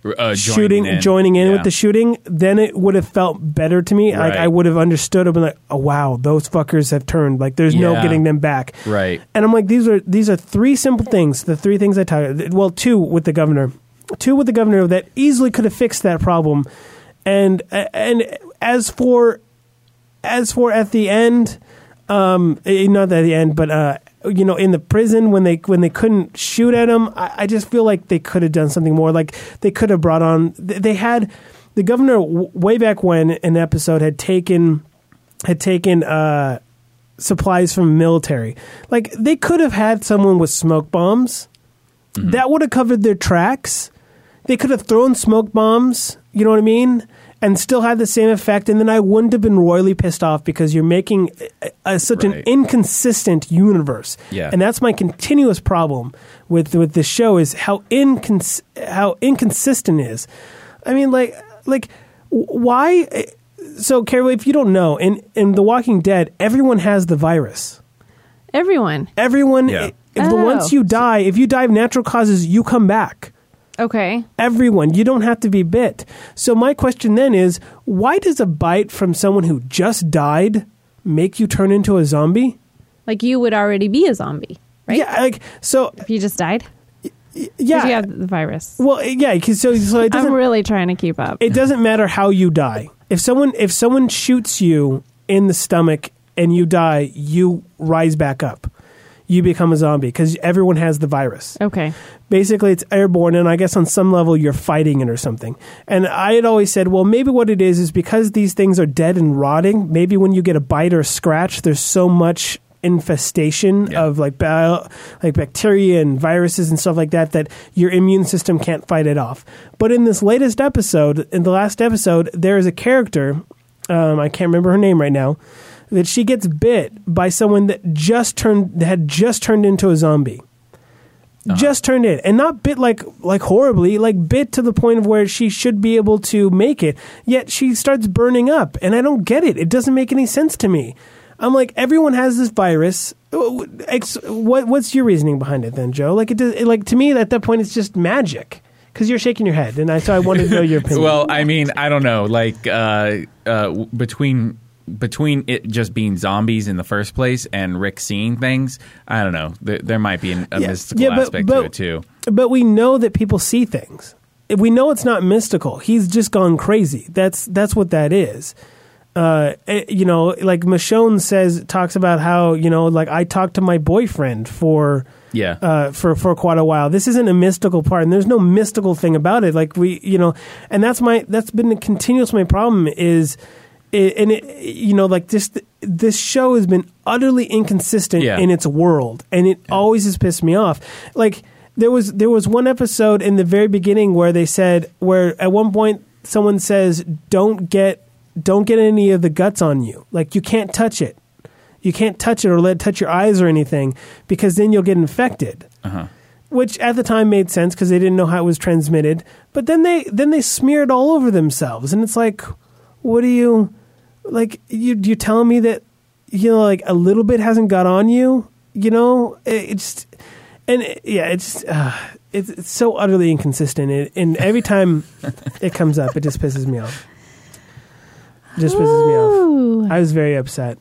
S2: Uh,
S1: shooting joining in with
S2: Yeah.
S1: the shooting then it would have felt better to me like
S2: Right.
S1: i would have understood i've been like oh wow those fuckers have turned like there's no
S2: Yeah.
S1: getting them back
S2: Right.
S1: and i'm like these are these are three simple things the three things i talked well two with the governor two with the governor that easily could have fixed that problem and and as for as for at the end, um, eh, not at the end, but uh, you know, in the prison when they when they couldn't shoot at him, I, I just feel like they could have done something more. Like they could have brought on. They, they had the governor w- way back when an episode had taken had taken. Uh, supplies from military like they could have had someone with smoke bombs that would have covered their tracks they could have thrown smoke bombs you know what i mean and still had the same effect, and then I wouldn't have been royally pissed off because you're making uh uh such an
S2: Right.
S1: inconsistent universe.
S2: Yeah.
S1: and that's my continuous problem with with this show is how incons- how inconsistent it is. I mean, like like w- why? So, Carol, if you don't know, in in The Walking Dead, everyone has the virus.
S3: Everyone.
S1: Everyone,
S2: Yeah.
S1: if the-
S3: Oh.
S1: once you die, if you die of natural causes, you come back
S3: Okay.
S1: everyone. You don't have to be bit. So my question then is, why does a bite from someone who just died make you turn into a zombie?
S3: Like you would already be a zombie, right?
S1: Yeah, like so.
S3: If you just died, 'Cause
S1: Yeah.
S3: you have the virus.
S1: Well, yeah. 'cause So, so it doesn't.
S3: I'm really trying to keep up.
S1: it doesn't matter how you die. If someone if someone shoots you in the stomach and you die, you rise back up. You become a zombie because everyone has the virus.
S3: okay.
S1: basically it's airborne and i guess on some level you're fighting it or something and i had always said well maybe what it is is because these things are dead and rotting maybe when you get a bite or a scratch there's so much infestation
S2: Yeah.
S1: of like bio, like bacteria and viruses and stuff like that that your immune system can't fight it off but in this latest episode in the last episode there is a character um, i can't remember her name right now that she gets bit by someone that just turned that had just turned into a zombie just turned in and not bit like like horribly like bit to the point of where she should be able to make it yet she starts burning up and i don't get it it doesn't make any sense to me i'm like everyone has this virus Oh, ex- what what's your reasoning behind it then joe like it does it, like to me at that point it's just magic because you're shaking your head and i so i wanted to know your opinion
S2: Well, I mean, I don't know. Like uh, uh, w- between between it just being zombies in the first place and Rick seeing things, I don't know. There, there might be an, a mystical aspect to it too.
S1: But we know that people see things. If We know it's not mystical. He's just gone crazy. That's that's what that is. Uh, eh, you know, like Michonne says, talks about how you know, like I talked to my boyfriend for
S2: Yeah.
S1: uh, for for quite a while. This isn't a mystical part, and there's no mystical thing about it. Like we, you know, and that's my that's been a continuous my problem is, i- and it you know like this this show has been utterly inconsistent
S2: Yeah.
S1: in its world, and it always has pissed me off. Like there was there was one episode in the very beginning where they said where at one point someone says don't get don't get any of the guts on you, like you can't touch it. You can't touch it or let it touch your eyes or anything because then you'll get infected. Which at the time made sense because they didn't know how it was transmitted. But then they then they smear it all over themselves, and it's like, what do you like? You you telling me that you know like a little bit hasn't got on you? You know, it, it's and it- yeah, it's uh, it's, it's so utterly inconsistent, it, and every time it comes up, it just pisses me off. It just pisses me off.
S3: Ooh.
S1: I was very upset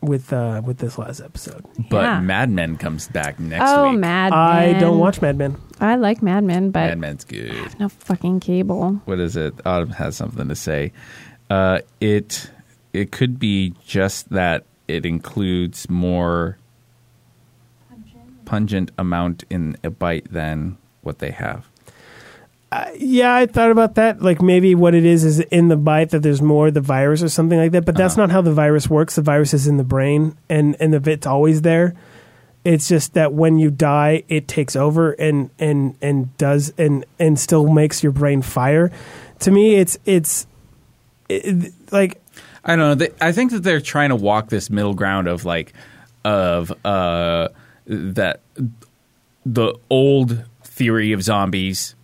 S1: with uh, with this last episode.
S2: but
S3: yeah.
S2: Mad Men comes back next
S3: Oh,
S2: week.
S3: Mad Men.
S1: I don't watch Mad Men.
S3: I like Mad Men, but
S2: Mad Men's good.
S3: no fucking cable.
S2: what is it? Autumn has something to say. Uh, it it could be just that it includes more pungent amount in a bite than what they have.
S1: Yeah, I thought about that. Like maybe what it is is in the bite that there's more the virus or something like that. But that's not how the virus works. The virus is in the brain, and and the it's always there. It's just that when you die, it takes over and and and does and and still makes your brain fire. To me, it's it's it, like
S2: I don't know. They, I think that they're trying to walk this middle ground of like of uh that the old theory of zombies,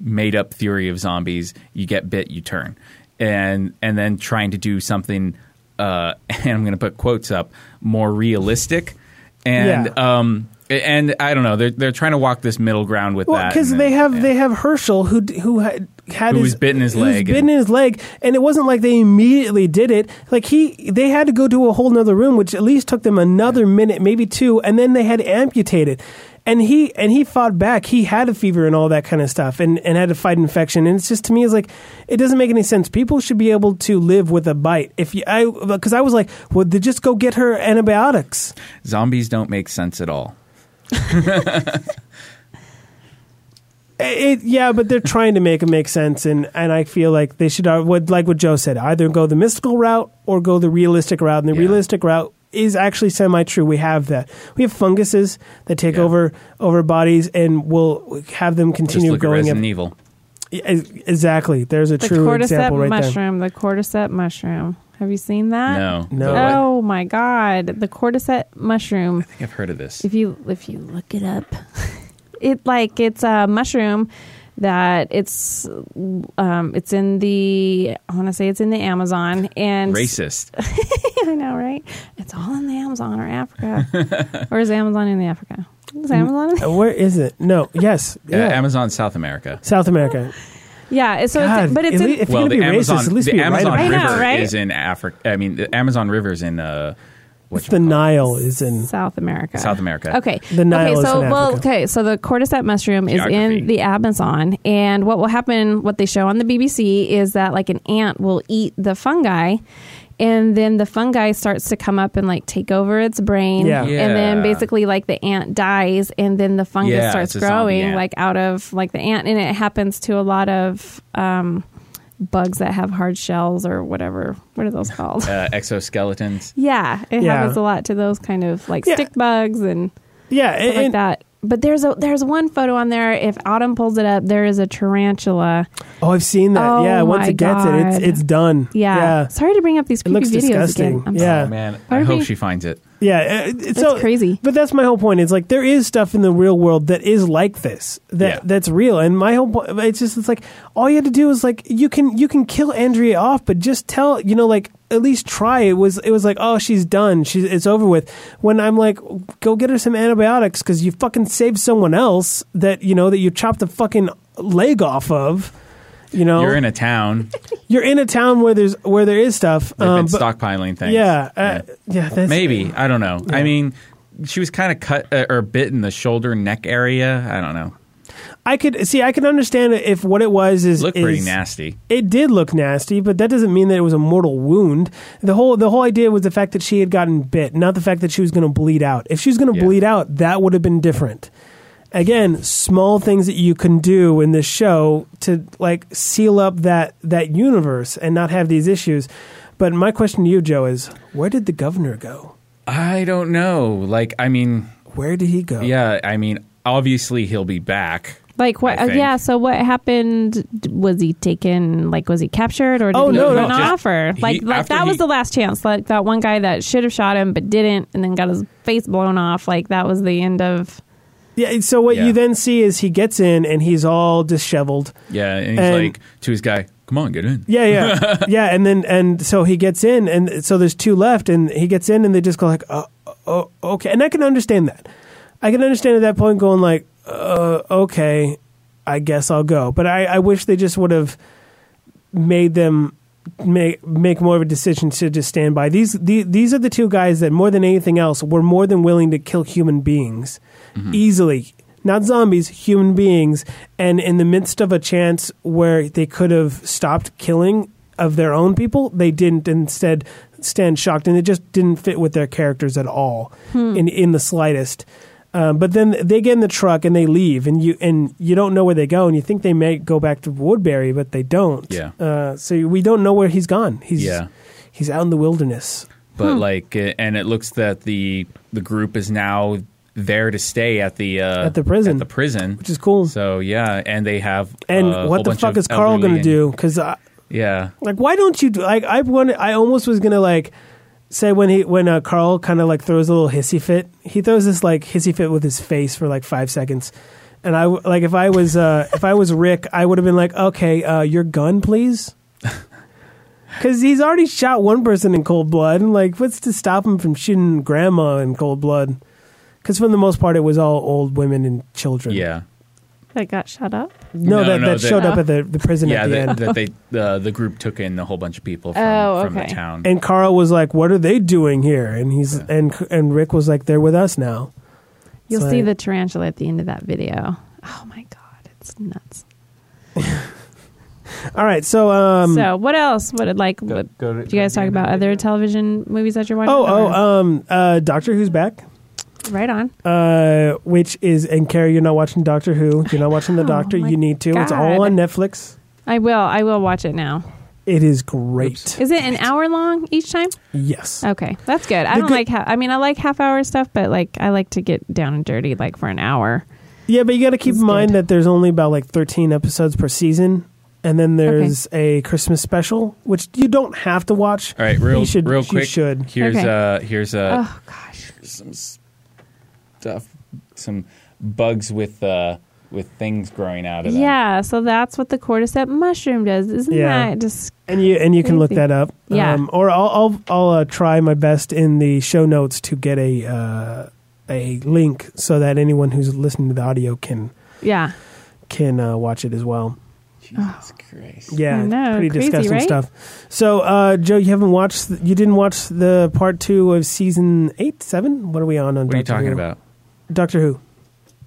S2: made up theory of zombies, you get bit, you turn. And and then trying to do something uh (laughs) and I'm going to put quotes up, more realistic and
S1: Yeah.
S2: um and I don't know. They're they're trying to walk this middle ground with
S1: Well,
S2: that.
S1: because
S2: and
S1: they
S2: then-
S1: have
S2: yeah.
S1: they have Herschel who d- who had had
S2: Who
S1: his,
S2: was bitten his
S1: who was
S2: leg
S1: bitten
S2: and-
S1: his leg, and it wasn't like they immediately did it. Like he, they had to go to a whole nother room, which at least took them another minute, maybe two, and then they had to amputate it. And he and he fought back. He had a fever and all that kind of stuff, and, and had to fight infection. And it's just to me, it's like it doesn't make any sense. People should be able to live with a bite. If you, I, because I was like, well, they just go get her antibiotics.
S2: zombies don't make sense at all.
S1: It, yeah, but they're trying to make it make sense, and, and I feel like they should uh, what like what Joe said, either go the mystical route or go the realistic route. And the
S2: Yeah.
S1: realistic route is actually semi true. We have that. We have funguses that take
S2: Yeah.
S1: over over bodies and will have them
S2: Just
S1: continue
S2: look at
S1: growing up.
S2: Resident Evil.
S1: E- Exactly. There's a
S3: The
S1: true
S3: cordyceps
S1: example right there.
S3: mushroom. The cordyceps mushroom. Have you seen that?
S2: No.
S1: No.
S2: But I
S3: Oh my god, the cordyceps mushroom.
S2: think I've heard of this.
S3: If you if you look it up, (laughs) it like it's a mushroom that it's um it's in the I want to say it's in the Amazon and (laughs)
S2: Racist.
S3: I know, right? It's all in the Amazon or Africa, or is Amazon in the Africa? Is Amazon? In the-
S1: (laughs) Uh, Where is it? No.
S2: (laughs)
S1: Yes.
S2: Uh,
S1: Yeah.
S2: Amazon South America.
S1: South America.
S3: yeah, it's- so
S1: God,
S3: it's, but it's
S1: at
S3: in,
S1: lea- if
S2: well,
S1: you're
S2: the
S1: gonna be
S2: Amazon,
S1: racist, at least
S2: the
S1: be
S2: Amazon
S1: right.
S3: I
S2: River
S3: know, right?
S2: is in Africa. I mean, the Amazon River is in uh, what
S1: The Nile is in.
S3: South America.
S2: South America.
S3: Okay.
S1: The Nile
S3: okay,
S1: is
S3: so
S1: in
S3: well,
S1: Africa.
S3: okay, so the cordyceps mushroom is
S2: Geography.
S3: in the Amazon, and what will happen? What they show on the BBC is that like an ant will eat the fungi. And then the fungi starts to come up and like take over its brain,
S1: Yeah.
S2: Yeah.
S3: and then basically like the ant dies, and then the fungus
S2: Yeah,
S3: starts
S2: it's a zombie
S3: growing
S2: ant.
S3: like out of like the ant, and it happens to a lot of um, bugs that have hard shells or whatever. What are those
S2: (laughs)
S3: called?
S2: Uh, exoskeletons.
S3: yeah, it
S1: Yeah.
S3: happens a lot to those kind of like
S1: Yeah.
S3: stick bugs and
S1: Yeah.
S3: stuff like
S1: And,
S3: that. But there's a there's one photo on there. If Autumn pulls it up, there is a tarantula.
S1: oh, I've seen that.
S3: Oh
S1: yeah. Once
S3: my
S1: it gets it, it's
S3: God.
S1: it's done.
S3: Yeah.
S1: Yeah.
S3: Sorry to bring up these creepy
S1: looks
S3: videos
S1: disgusting.
S3: again. I'm
S1: Yeah.
S3: sorry.
S2: Oh, man,
S3: Why
S2: I
S3: are
S2: hope
S3: we-
S2: she finds it.
S1: Yeah, uh, it- it's so,
S3: crazy.
S1: But that's my whole point. It's like there is stuff in the real world that is like this, that
S2: Yeah.
S1: that's real. And my whole point, it's just it's like all you had to do is like you can you can kill Andrea off, but just tell you know like at least try. It was it was like oh she's done, she's it's over with. When I'm like go get her some antibiotics because you fucking saved someone else that you know that you chopped the fucking leg off of. You know,
S2: You're in a town.
S1: you're in a town where there's where there is stuff.
S2: They've
S1: um,
S2: been
S1: but-
S2: stockpiling things.
S1: yeah, uh, yeah, that's,
S2: Maybe I don't know. I mean, she was kind of cut uh, or bit in the shoulder neck area. I don't know.
S1: I could see. I could understand if what it was is
S2: Looked pretty
S1: is-
S2: nasty.
S1: It did look nasty, but that doesn't mean that it was a mortal wound. The whole the whole idea was the fact that she had gotten bit, not the fact that she was going to bleed out. If she was going to
S2: Yeah.
S1: bleed out, that would have been different. Again, small things that you can do in this show to like seal up that that universe and not have these issues. But my question to you, Joe, is where did the governor go?
S2: I don't know. Like, I mean,
S1: Where did he go?
S2: yeah. I mean, obviously he'll be back.
S3: Like what?
S2: I
S3: uh,
S2: think.
S3: yeah. So what happened? D- Was he taken? Like was he captured or did
S1: Oh,
S3: he
S1: no,
S3: run
S1: no,
S2: just-
S3: off? or
S2: he-
S3: like like
S2: after
S3: that was
S2: he-
S3: the last chance. Like that one guy that should have shot him but didn't, and then got his face blown off. Like that was the end of.
S1: Yeah. and So what
S2: Yeah.
S1: you then see is he gets in and he's all disheveled.
S2: Yeah, and he's
S1: And-
S2: like to his guy, "Come on, get in."
S1: Yeah, yeah, yeah. And then and so he gets in, and so there's two left, and he gets in, and they just go like, oh, oh okay. And I can understand that. I can understand at that point going like, uh, okay, I guess I'll go. But I, I wish they just would have made them make make more of a decision to just stand by these the, these are the two guys that more than anything else were more than willing to kill human beings easily not zombies human beings and in the midst of a chance where they could have stopped killing of their own people they didn't instead stand shocked and it just didn't fit with their characters at all in in the slightest um, but then they get in the truck and they leave, and you and you don't know where they go, and you think they may go back to Woodbury, but they don't.
S2: Yeah.
S1: Uh, so we don't know where he's gone. He's
S2: Yeah.
S1: he's out in the wilderness.
S2: But like, uh, and it looks that the the group is now there to stay at the uh,
S1: At the prison.
S2: at the prison,
S1: which is cool.
S2: So yeah, and they have
S1: and
S2: uh, a whole
S1: what the
S2: bunch
S1: fuck
S2: of
S1: is Carl
S2: elderly
S1: going to
S2: and-
S1: do? Because like,
S2: Yeah,
S1: why don't you do? Like, I wanted, I almost was going to like say when he when uh, Carl kind of like throws a little hissy fit. He throws this like hissy fit with his face for like five seconds. And I w- like if I was uh, (laughs) if I was Rick, I would have been like, okay, uh, your gun,
S2: (laughs)
S1: please. Because he's already shot one person in cold blood, and like, what's to stop him from shooting grandma in cold blood? Because for the most part, it was all old women and children.
S2: yeah,
S3: That got shut up.
S1: No,
S2: No,
S1: that,
S2: no,
S1: that
S2: that- (laughs)
S1: showed up at the, the prison
S2: yeah.
S1: at the
S2: That,
S1: end.
S2: that they uh, the group took in a whole bunch of people from,
S3: Oh,
S2: from the
S3: okay.
S2: town.
S1: And Carl was like, "What are they doing here?" And he's and and Rick was like, "They're with us now."
S3: You'll
S1: It's
S3: see the
S1: like-
S3: tarantula at the end of that video. Oh my god, it's nuts.
S1: All right, so um,
S3: so what else? What like what?
S2: go to-
S3: do you guys
S2: go
S3: talk
S2: to the
S3: about
S2: end of the
S3: other television movies that you're watching?
S1: oh oh
S3: Or-
S1: um, uh, Doctor Who's back,
S3: right on.
S1: uh, which is and Carrie, you're not watching Doctor Who. You're not
S3: (laughs)
S1: watching the
S3: know,
S1: Doctor.
S3: Oh my
S1: You need to. It's all
S3: God.
S1: on Netflix.
S3: I will. I will watch it now.
S1: It is great.
S3: Is it an hour long each time?
S1: Yes.
S3: Okay, that's good. I
S1: The
S3: don't
S1: good-
S3: like. Ha- I mean, I like half hour stuff, but like I like to get down and dirty, like for an hour.
S1: Yeah, but you got to keep
S3: It's
S1: in mind
S3: good.
S1: that there's only about like 13 episodes per season, and then there's a Christmas special, which you don't have to watch.
S2: All right, real
S1: you should,
S2: real
S1: you
S2: quick.
S1: should.
S2: Here's
S3: Okay.
S2: uh here's uh
S3: Oh gosh.
S2: some stuff some bugs with uh with things growing out of them.
S3: Yeah, so that's what the cordyceps mushroom does. Isn't
S1: Yeah.
S3: that just
S1: And you and you can look
S3: Crazy.
S1: that up. Um,
S3: Yeah.
S1: or I'll I'll, I'll uh, try my best in the show notes to get a uh, a link so that anyone who's listening to the audio can
S3: yeah.
S1: can uh, watch it as well.
S2: Jesus Christ.
S1: Yeah,
S3: I know,
S1: pretty
S3: crazy,
S1: disgusting
S3: right?
S1: stuff. So, uh, Joe, you haven't watched. th- You didn't watch the part two of season eight, seven. What are we on? On
S2: What are you
S1: Doctor
S2: talking
S1: Who?
S2: about?
S1: Doctor Who.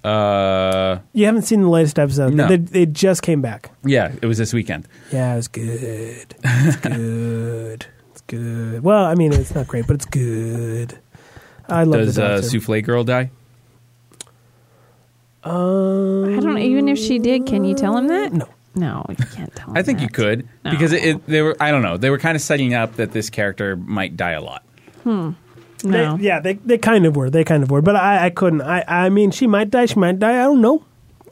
S2: Uh
S1: You haven't seen the latest episode.
S2: No.
S1: They, they just came back.
S2: yeah, it was this weekend.
S1: Yeah, it was good.
S2: (laughs)
S1: It's good. It's good. Well, I mean, it's not great, but it's good. I love
S2: Does
S1: the
S2: uh,
S1: Doctor.
S2: Souffle Girl die?
S1: um,
S3: I don't even if she did, can you tell him that?
S1: No.
S3: No, you can't tell him.
S2: I think you
S3: that.
S2: could
S3: No.
S2: because it, it they were I don't know they were kind of setting up that this character might die a lot.
S3: No.
S1: They, yeah, they they kind of were. They kind of were, but I, I couldn't. I I mean, she might die. She might die. I don't know.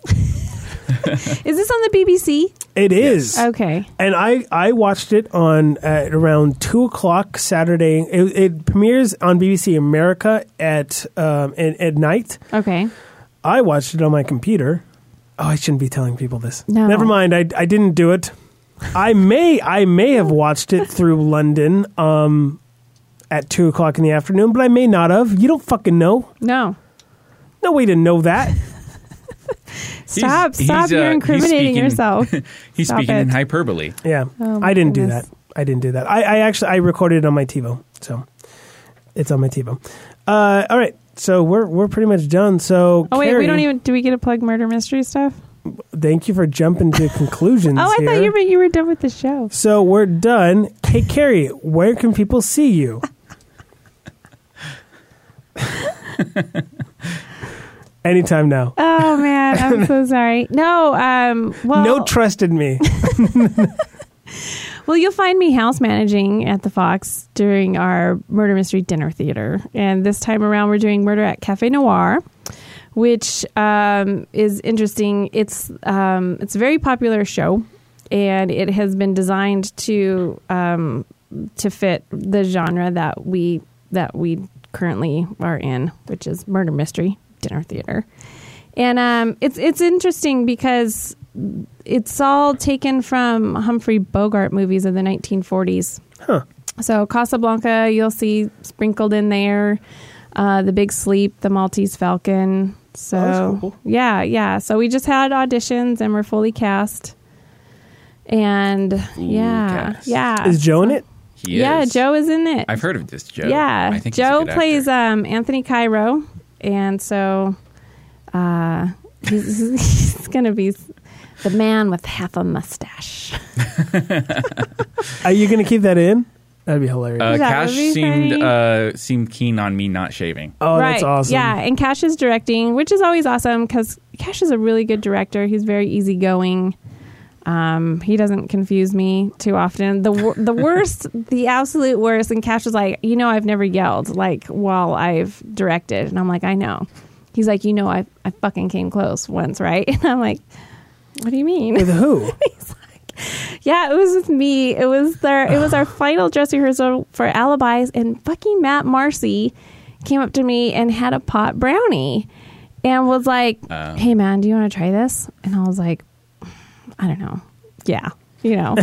S3: Is this on the BBC?
S1: It is.
S3: Okay.
S1: and I, I watched it on at around two o'clock Saturday. It, it premieres on BBC America at um, at, at night.
S3: Okay.
S1: I watched it on my computer. Oh, I shouldn't be telling people this.
S3: No.
S1: Never mind. I, I didn't do it. I may I may have watched it through London um, at two o'clock in the afternoon, but I may not have. You don't fucking know.
S3: No.
S1: No way to know
S3: (laughs)
S1: that.
S3: Stop.
S2: he's,
S3: stop.
S2: uh,
S3: You're
S2: he's
S3: incriminating
S2: speaking-
S3: yourself.
S2: (laughs) He's
S3: Stop
S2: speaking in
S3: it.
S2: hyperbole.
S1: Yeah,
S3: Oh, my
S1: I didn't
S3: goodness.
S1: do that. I didn't do that. I, I actually I recorded it on my TiVo, so it's on my TiVo. Uh, all right, so we're we're pretty much done. So
S3: Oh wait,
S1: Carrie,
S3: we don't even. Do we get to plug murder mystery stuff?
S1: Thank you for jumping
S3: (laughs)
S1: to conclusions.
S3: Oh, I
S1: here.
S3: thought you were you were done with the show.
S1: So we're done. Hey Carrie, where can people see
S3: (laughs)
S1: you? Anytime now.
S3: Oh man,
S1: (laughs)
S3: I'm so sorry. No, um, well,
S1: no trust in me.
S3: well, you'll find me house managing at the Fox during our murder mystery dinner theater, and this time around we're doing murder at Cafe Noir, which um, is interesting. It's um, it's a very popular show, and it has been designed to um, to fit the genre that we that we currently are in, which is murder mystery dinner theater. And um, it's it's interesting because it's all taken from Humphrey Bogart movies of the 1940s.
S1: Huh.
S3: So Casablanca, you'll see sprinkled in there, uh, The Big Sleep, The Maltese Falcon. So
S1: Oh, that's cool.
S3: yeah, yeah. So we just had auditions and we're fully cast. And yeah,
S2: cast.
S3: yeah,
S1: Is Joe in it?
S2: He
S3: yeah.
S2: is.
S3: Joe is in it.
S2: I've heard of this Joe.
S3: Yeah,
S2: I think he's a
S3: Joe
S2: good actor.
S3: plays um, Anthony Cairo, and so uh, he's, (laughs) he's going to be the man with half a mustache.
S1: Are you going to keep that in? That'd be hilarious.
S2: Uh,
S3: Is that
S2: Cash
S3: what he's
S2: seemed
S3: saying?
S2: uh, seemed keen on me not shaving.
S1: oh, that's awesome.
S3: Yeah, and Cash is directing, which is always awesome because Cash is a really good director. He's very easygoing. Um, he doesn't confuse me too often. The wor-
S1: (laughs)
S3: the worst, the absolute worst, and Cash was like, you know, I've never yelled like while I've directed, and I'm like, I know. He's like, you know, I I fucking came close once, right? (laughs) And I'm like, what do you mean?
S1: With
S3: (laughs)
S1: who?
S3: Yeah, it was with me. It was their it
S1: (sighs)
S3: was our final dress rehearsal for alibis and fucking Matt Marcy came up to me and had a pot brownie and was like,
S1: Oh.
S3: Hey man, do you wanna try this? And I was like, I don't know. Yeah.
S1: (laughs)
S3: You know. and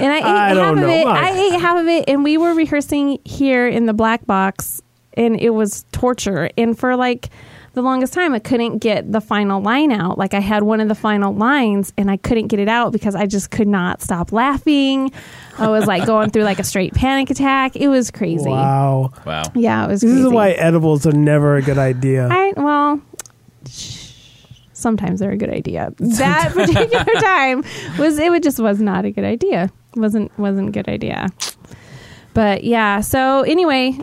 S3: I ate
S1: I
S3: half
S1: don't
S3: of
S1: know.
S3: it.
S1: Why?
S3: I ate half of it and we were rehearsing here in the black box and it was torture. And for like the longest time I couldn't get the final line out. Like I had one of the final lines and I couldn't get it out because I just could not stop laughing. I was like going through like a straight panic attack. It was crazy.
S1: Wow.
S2: Wow.
S3: Yeah, it was
S1: This
S3: crazy.
S1: is why edibles are never a good idea.
S3: I well, sometimes they're a good idea. That
S1: (laughs)
S3: particular time was it would just was not a good idea. wasn't wasn't a good idea. But yeah, so anyway,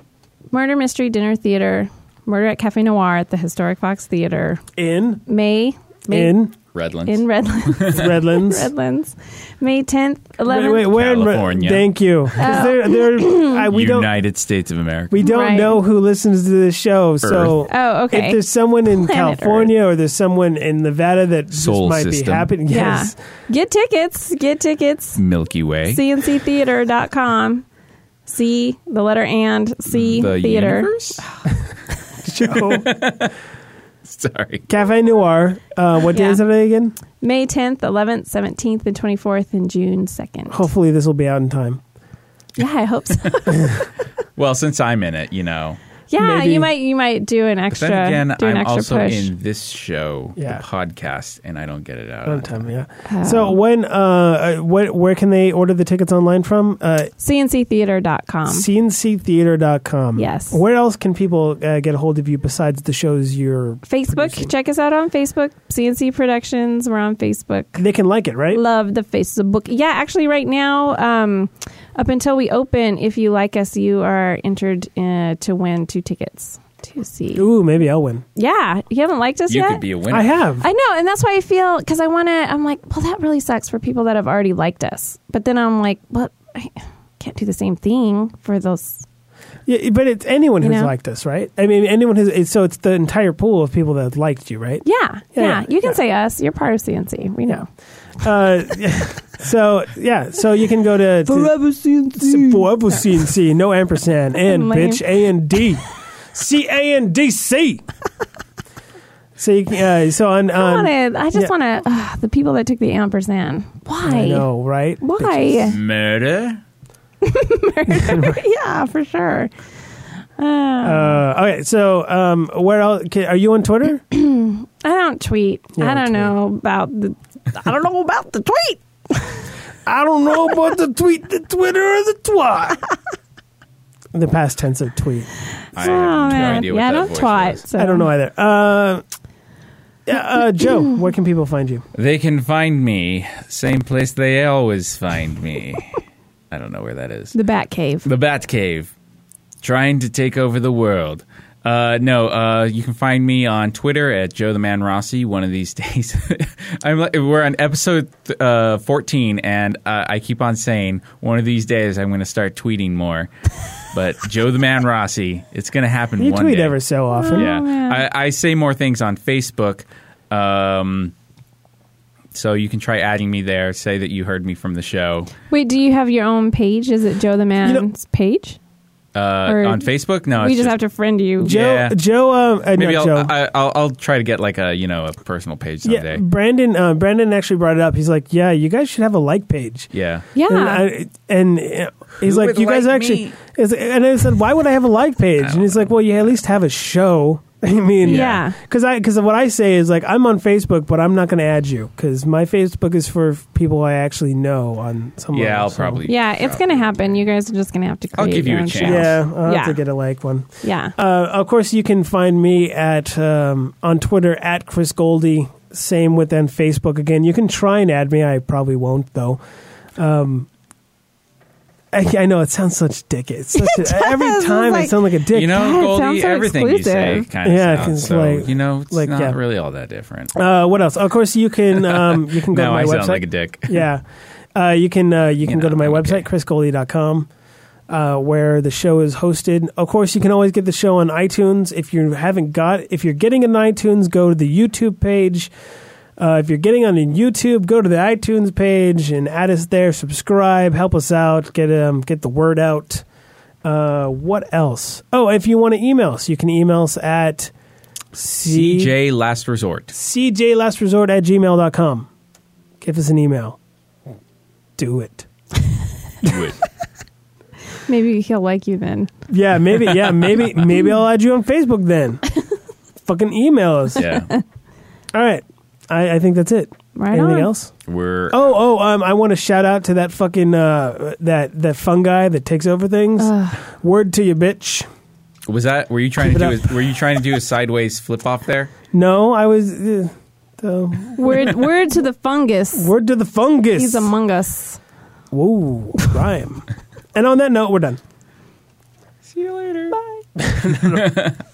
S3: murder mystery dinner theater, murder at Cafe Noir at the historic Fox Theater,
S1: in
S3: May May
S1: in
S2: Redlands.
S1: (laughs)
S3: in Redlands.
S1: Redlands.
S3: (laughs) Redlands, May 10th, 11th.
S1: Wait, wait, where in Red-
S2: California.
S1: Thank
S3: Oh.
S1: you. 'Cause they're-
S3: (clears throat)
S1: they're- I- we don't.
S2: United States of America.
S1: We don't
S3: Right.
S1: know who listens to this show, so
S3: Oh, okay.
S1: if there's someone in
S3: Planet
S1: California or there's someone in Nevada that just
S2: Soul
S1: might be
S2: system.
S1: happening,
S3: yeah. (laughs)
S1: yes,
S3: Get tickets. Get tickets.
S2: Milky Way.
S3: CNCtheater.com. C, the letter and C
S2: The
S3: theater.
S2: universe? (laughs)
S1: show
S2: Sorry.
S1: Cafe Noir. Uh, what day
S3: Yeah.
S1: is it again?
S3: May 10th, 11th, 17th, and 24th, and June 2nd.
S1: Hopefully, this will be out in time.
S3: Yeah,
S2: (laughs)
S3: I hope so.
S2: Well, since I'm in it, you know.
S3: yeah,
S1: Maybe.
S3: you might you might do an
S2: But
S3: extra
S2: then again,
S3: do an
S2: I'm
S3: extra
S2: also
S3: push.
S2: in this show,
S1: Yeah.
S2: the podcast, and I don't get it out.
S1: Out in
S2: on
S1: time, yeah. So when, uh, uh, what, where can they order the tickets online from? Uh,
S3: CNCtheater.com.
S1: CNCtheater.com.
S3: Um, Yes.
S1: Where else can people uh, get a hold of you besides the shows you're
S3: Facebook.
S1: producing?
S3: Check us out on Facebook. CNC Productions. We're on Facebook.
S1: They can like it, right?
S3: Love the Facebook. Yeah, actually, right now, um, up until we open, if you like us, you are entered uh, to win two tickets to see.
S1: Ooh, maybe I'll win.
S3: Yeah, you haven't liked us
S2: You
S3: yet.
S2: could be a winner.
S1: I have.
S3: I know, and that's why I feel because I want to. I'm like, well, that really sucks for people that have already liked us. But then I'm like, well, I can't do the same thing for those.
S1: yeah, but it's anyone
S3: You
S1: who's
S3: know?
S1: liked us, right? I mean, anyone who's it's- so it's the entire pool of people that have liked you, right?
S3: Yeah,
S1: Yeah,
S3: yeah. you can
S1: yeah.
S3: say us. You're part of CNC. We know.
S1: Uh, (laughs) so yeah, so you can go to, to
S3: CNC.
S1: Forever CNC, no
S3: (laughs)
S1: ampersand, and
S3: Lame.
S1: bitch, A and D, C A and D C. So you can, uh, so on.
S3: I
S1: on
S3: wanted. I
S1: yeah.
S3: just want to. Uh, the people that took the ampersand.
S1: I
S3: Why?
S1: know, right?
S3: Why?
S2: Murder?
S3: (laughs)
S1: (laughs)
S3: yeah, for sure. Uh,
S1: Uh, okay, so um, where else? Can, are you on
S3: (coughs)
S1: Twitter?
S3: I don't tweet.
S1: Yeah,
S3: I don't
S1: tweet.
S3: know about the. I don't know about the tweet.
S1: I don't know about the tweet, the Twitter, or the
S3: (laughs)
S1: twat. the past tense of tweet.
S2: I have no
S3: Oh, man.
S2: idea what
S3: yeah,
S2: that
S3: I don't
S2: voice
S3: twat.
S2: was.
S3: So.
S1: I don't know either. Uh, yeah, uh,
S3: (clears throat)
S1: Joe, where can people find you?
S2: They can find me, same place they always find me. (laughs) I don't know where that is.
S3: The Bat Cave.
S2: The Batcave, trying to take over the world. Uh, no, uh, you can find me on Twitter at Joe the Man Rossi. One of these (laughs) days, I'm like, we're on episode uh, 14, and uh, I keep on saying one of these days I'm going to start tweeting more. But Joe the Man Rossi, it's going to happen.
S1: You
S2: one
S1: tweet
S2: day.
S1: ever so often.
S2: Yeah, I, I say more things on Facebook, um, so you can try adding me there. Say that you heard me from the show
S3: Wait, do you have your own page? Is it Joe the Man's
S1: You know-
S3: page?
S2: uh,
S3: Or-
S2: on Facebook. No,
S3: we
S2: it's
S3: just, have to friend you.
S1: Joe,
S2: Yeah.
S1: Joe, um, uh,
S2: Maybe
S1: no,
S2: I'll,
S1: Joe.
S2: I, I'll I'll try to get like a you know a personal page
S1: yeah,
S2: someday. Yeah.
S1: Brandon. Uh, Brandon actually brought it up. He's like, "Yeah, you guys should have a like page."
S3: yeah.
S1: And, I, and uh, he's
S2: Who
S1: like,
S2: would
S1: "You guys
S2: like
S1: actually,"
S2: me?
S1: is- and I said, "Why would I have a like page?" And he's like, "Well, you at least have a show." (laughs) I mean,
S3: Yeah.
S1: because I because what I say is like I'm on Facebook, but I'm not going to add you because my Facebook is for people I actually know on some.
S2: Yeah,
S1: level,
S2: I'll
S1: so-
S2: probably.
S3: Yeah, it's going to happen. You guys are just going to have to
S2: I'll
S3: create
S2: give you
S3: your
S2: a
S3: own
S2: chance.
S3: show.
S1: Yeah, I'll
S3: Yeah.
S1: have to get a like one.
S3: Yeah.
S1: Uh, of course, you can find me at um, on Twitter at Chris Goldie. Same with then Facebook again. You can try and add me. I probably won't though. Um, I, I know it sounds such dick. It's
S3: (laughs)
S1: such a, every
S3: does. It's
S1: time I
S3: like-
S1: sound like a dick.
S2: You know,
S3: God, it
S2: Goldie,
S3: sounds so
S2: everything you say
S3: exclusive.
S2: kind of
S1: Yeah, 'cause,
S2: sounds so.
S1: like-
S2: you know, it's
S1: like,
S2: not
S1: yeah.
S2: really all that different.
S1: uh, what else? Of course, you
S2: (laughs)
S1: can um, you can go
S2: no,
S1: to my
S2: I
S1: website.
S2: sound like a dick.
S1: (laughs) yeah. Uh, you can uh, you can
S2: know,
S1: go to my
S2: I'm
S1: website,
S2: okay.
S1: chrisgoldie.com, uh, where the show is hosted. Of course, you can always get the show on iTunes. If you haven't got, if you're getting an iTunes, go to the YouTube page. Uh, if you're getting on the YouTube, go to the iTunes page and add us there. Subscribe, help us out, get um, get the word out. Uh, what else? Oh, if you want to email us, you can email us at C-
S2: CJ Last
S1: (laughs)
S2: Resort.
S1: cjlastresort at gmail.com. Give us an email. Do it.
S2: Do it.
S3: Maybe he'll like you then.
S1: Yeah, maybe. Yeah, maybe. Maybe I'll add you on Facebook
S3: (laughs)
S1: then. Fucking email us.
S2: Yeah,
S1: All right. I, I think that's it.
S3: Right
S1: Anything
S3: on.
S1: else?
S2: we're
S1: Oh, oh. Um, I want to shout out to that fucking uh, that that fungi that takes over things. Word to you, bitch.
S2: Was that were you trying
S1: Keep
S2: to do?
S1: it up.
S2: A, were you trying to do a sideways flip off there?
S1: No, I was. Uh, the
S3: Word, word to the fungus.
S1: word to the fungus.
S3: He's among us.
S1: Whoa, rhyme. and on that note, we're done.
S2: See you later. Bye.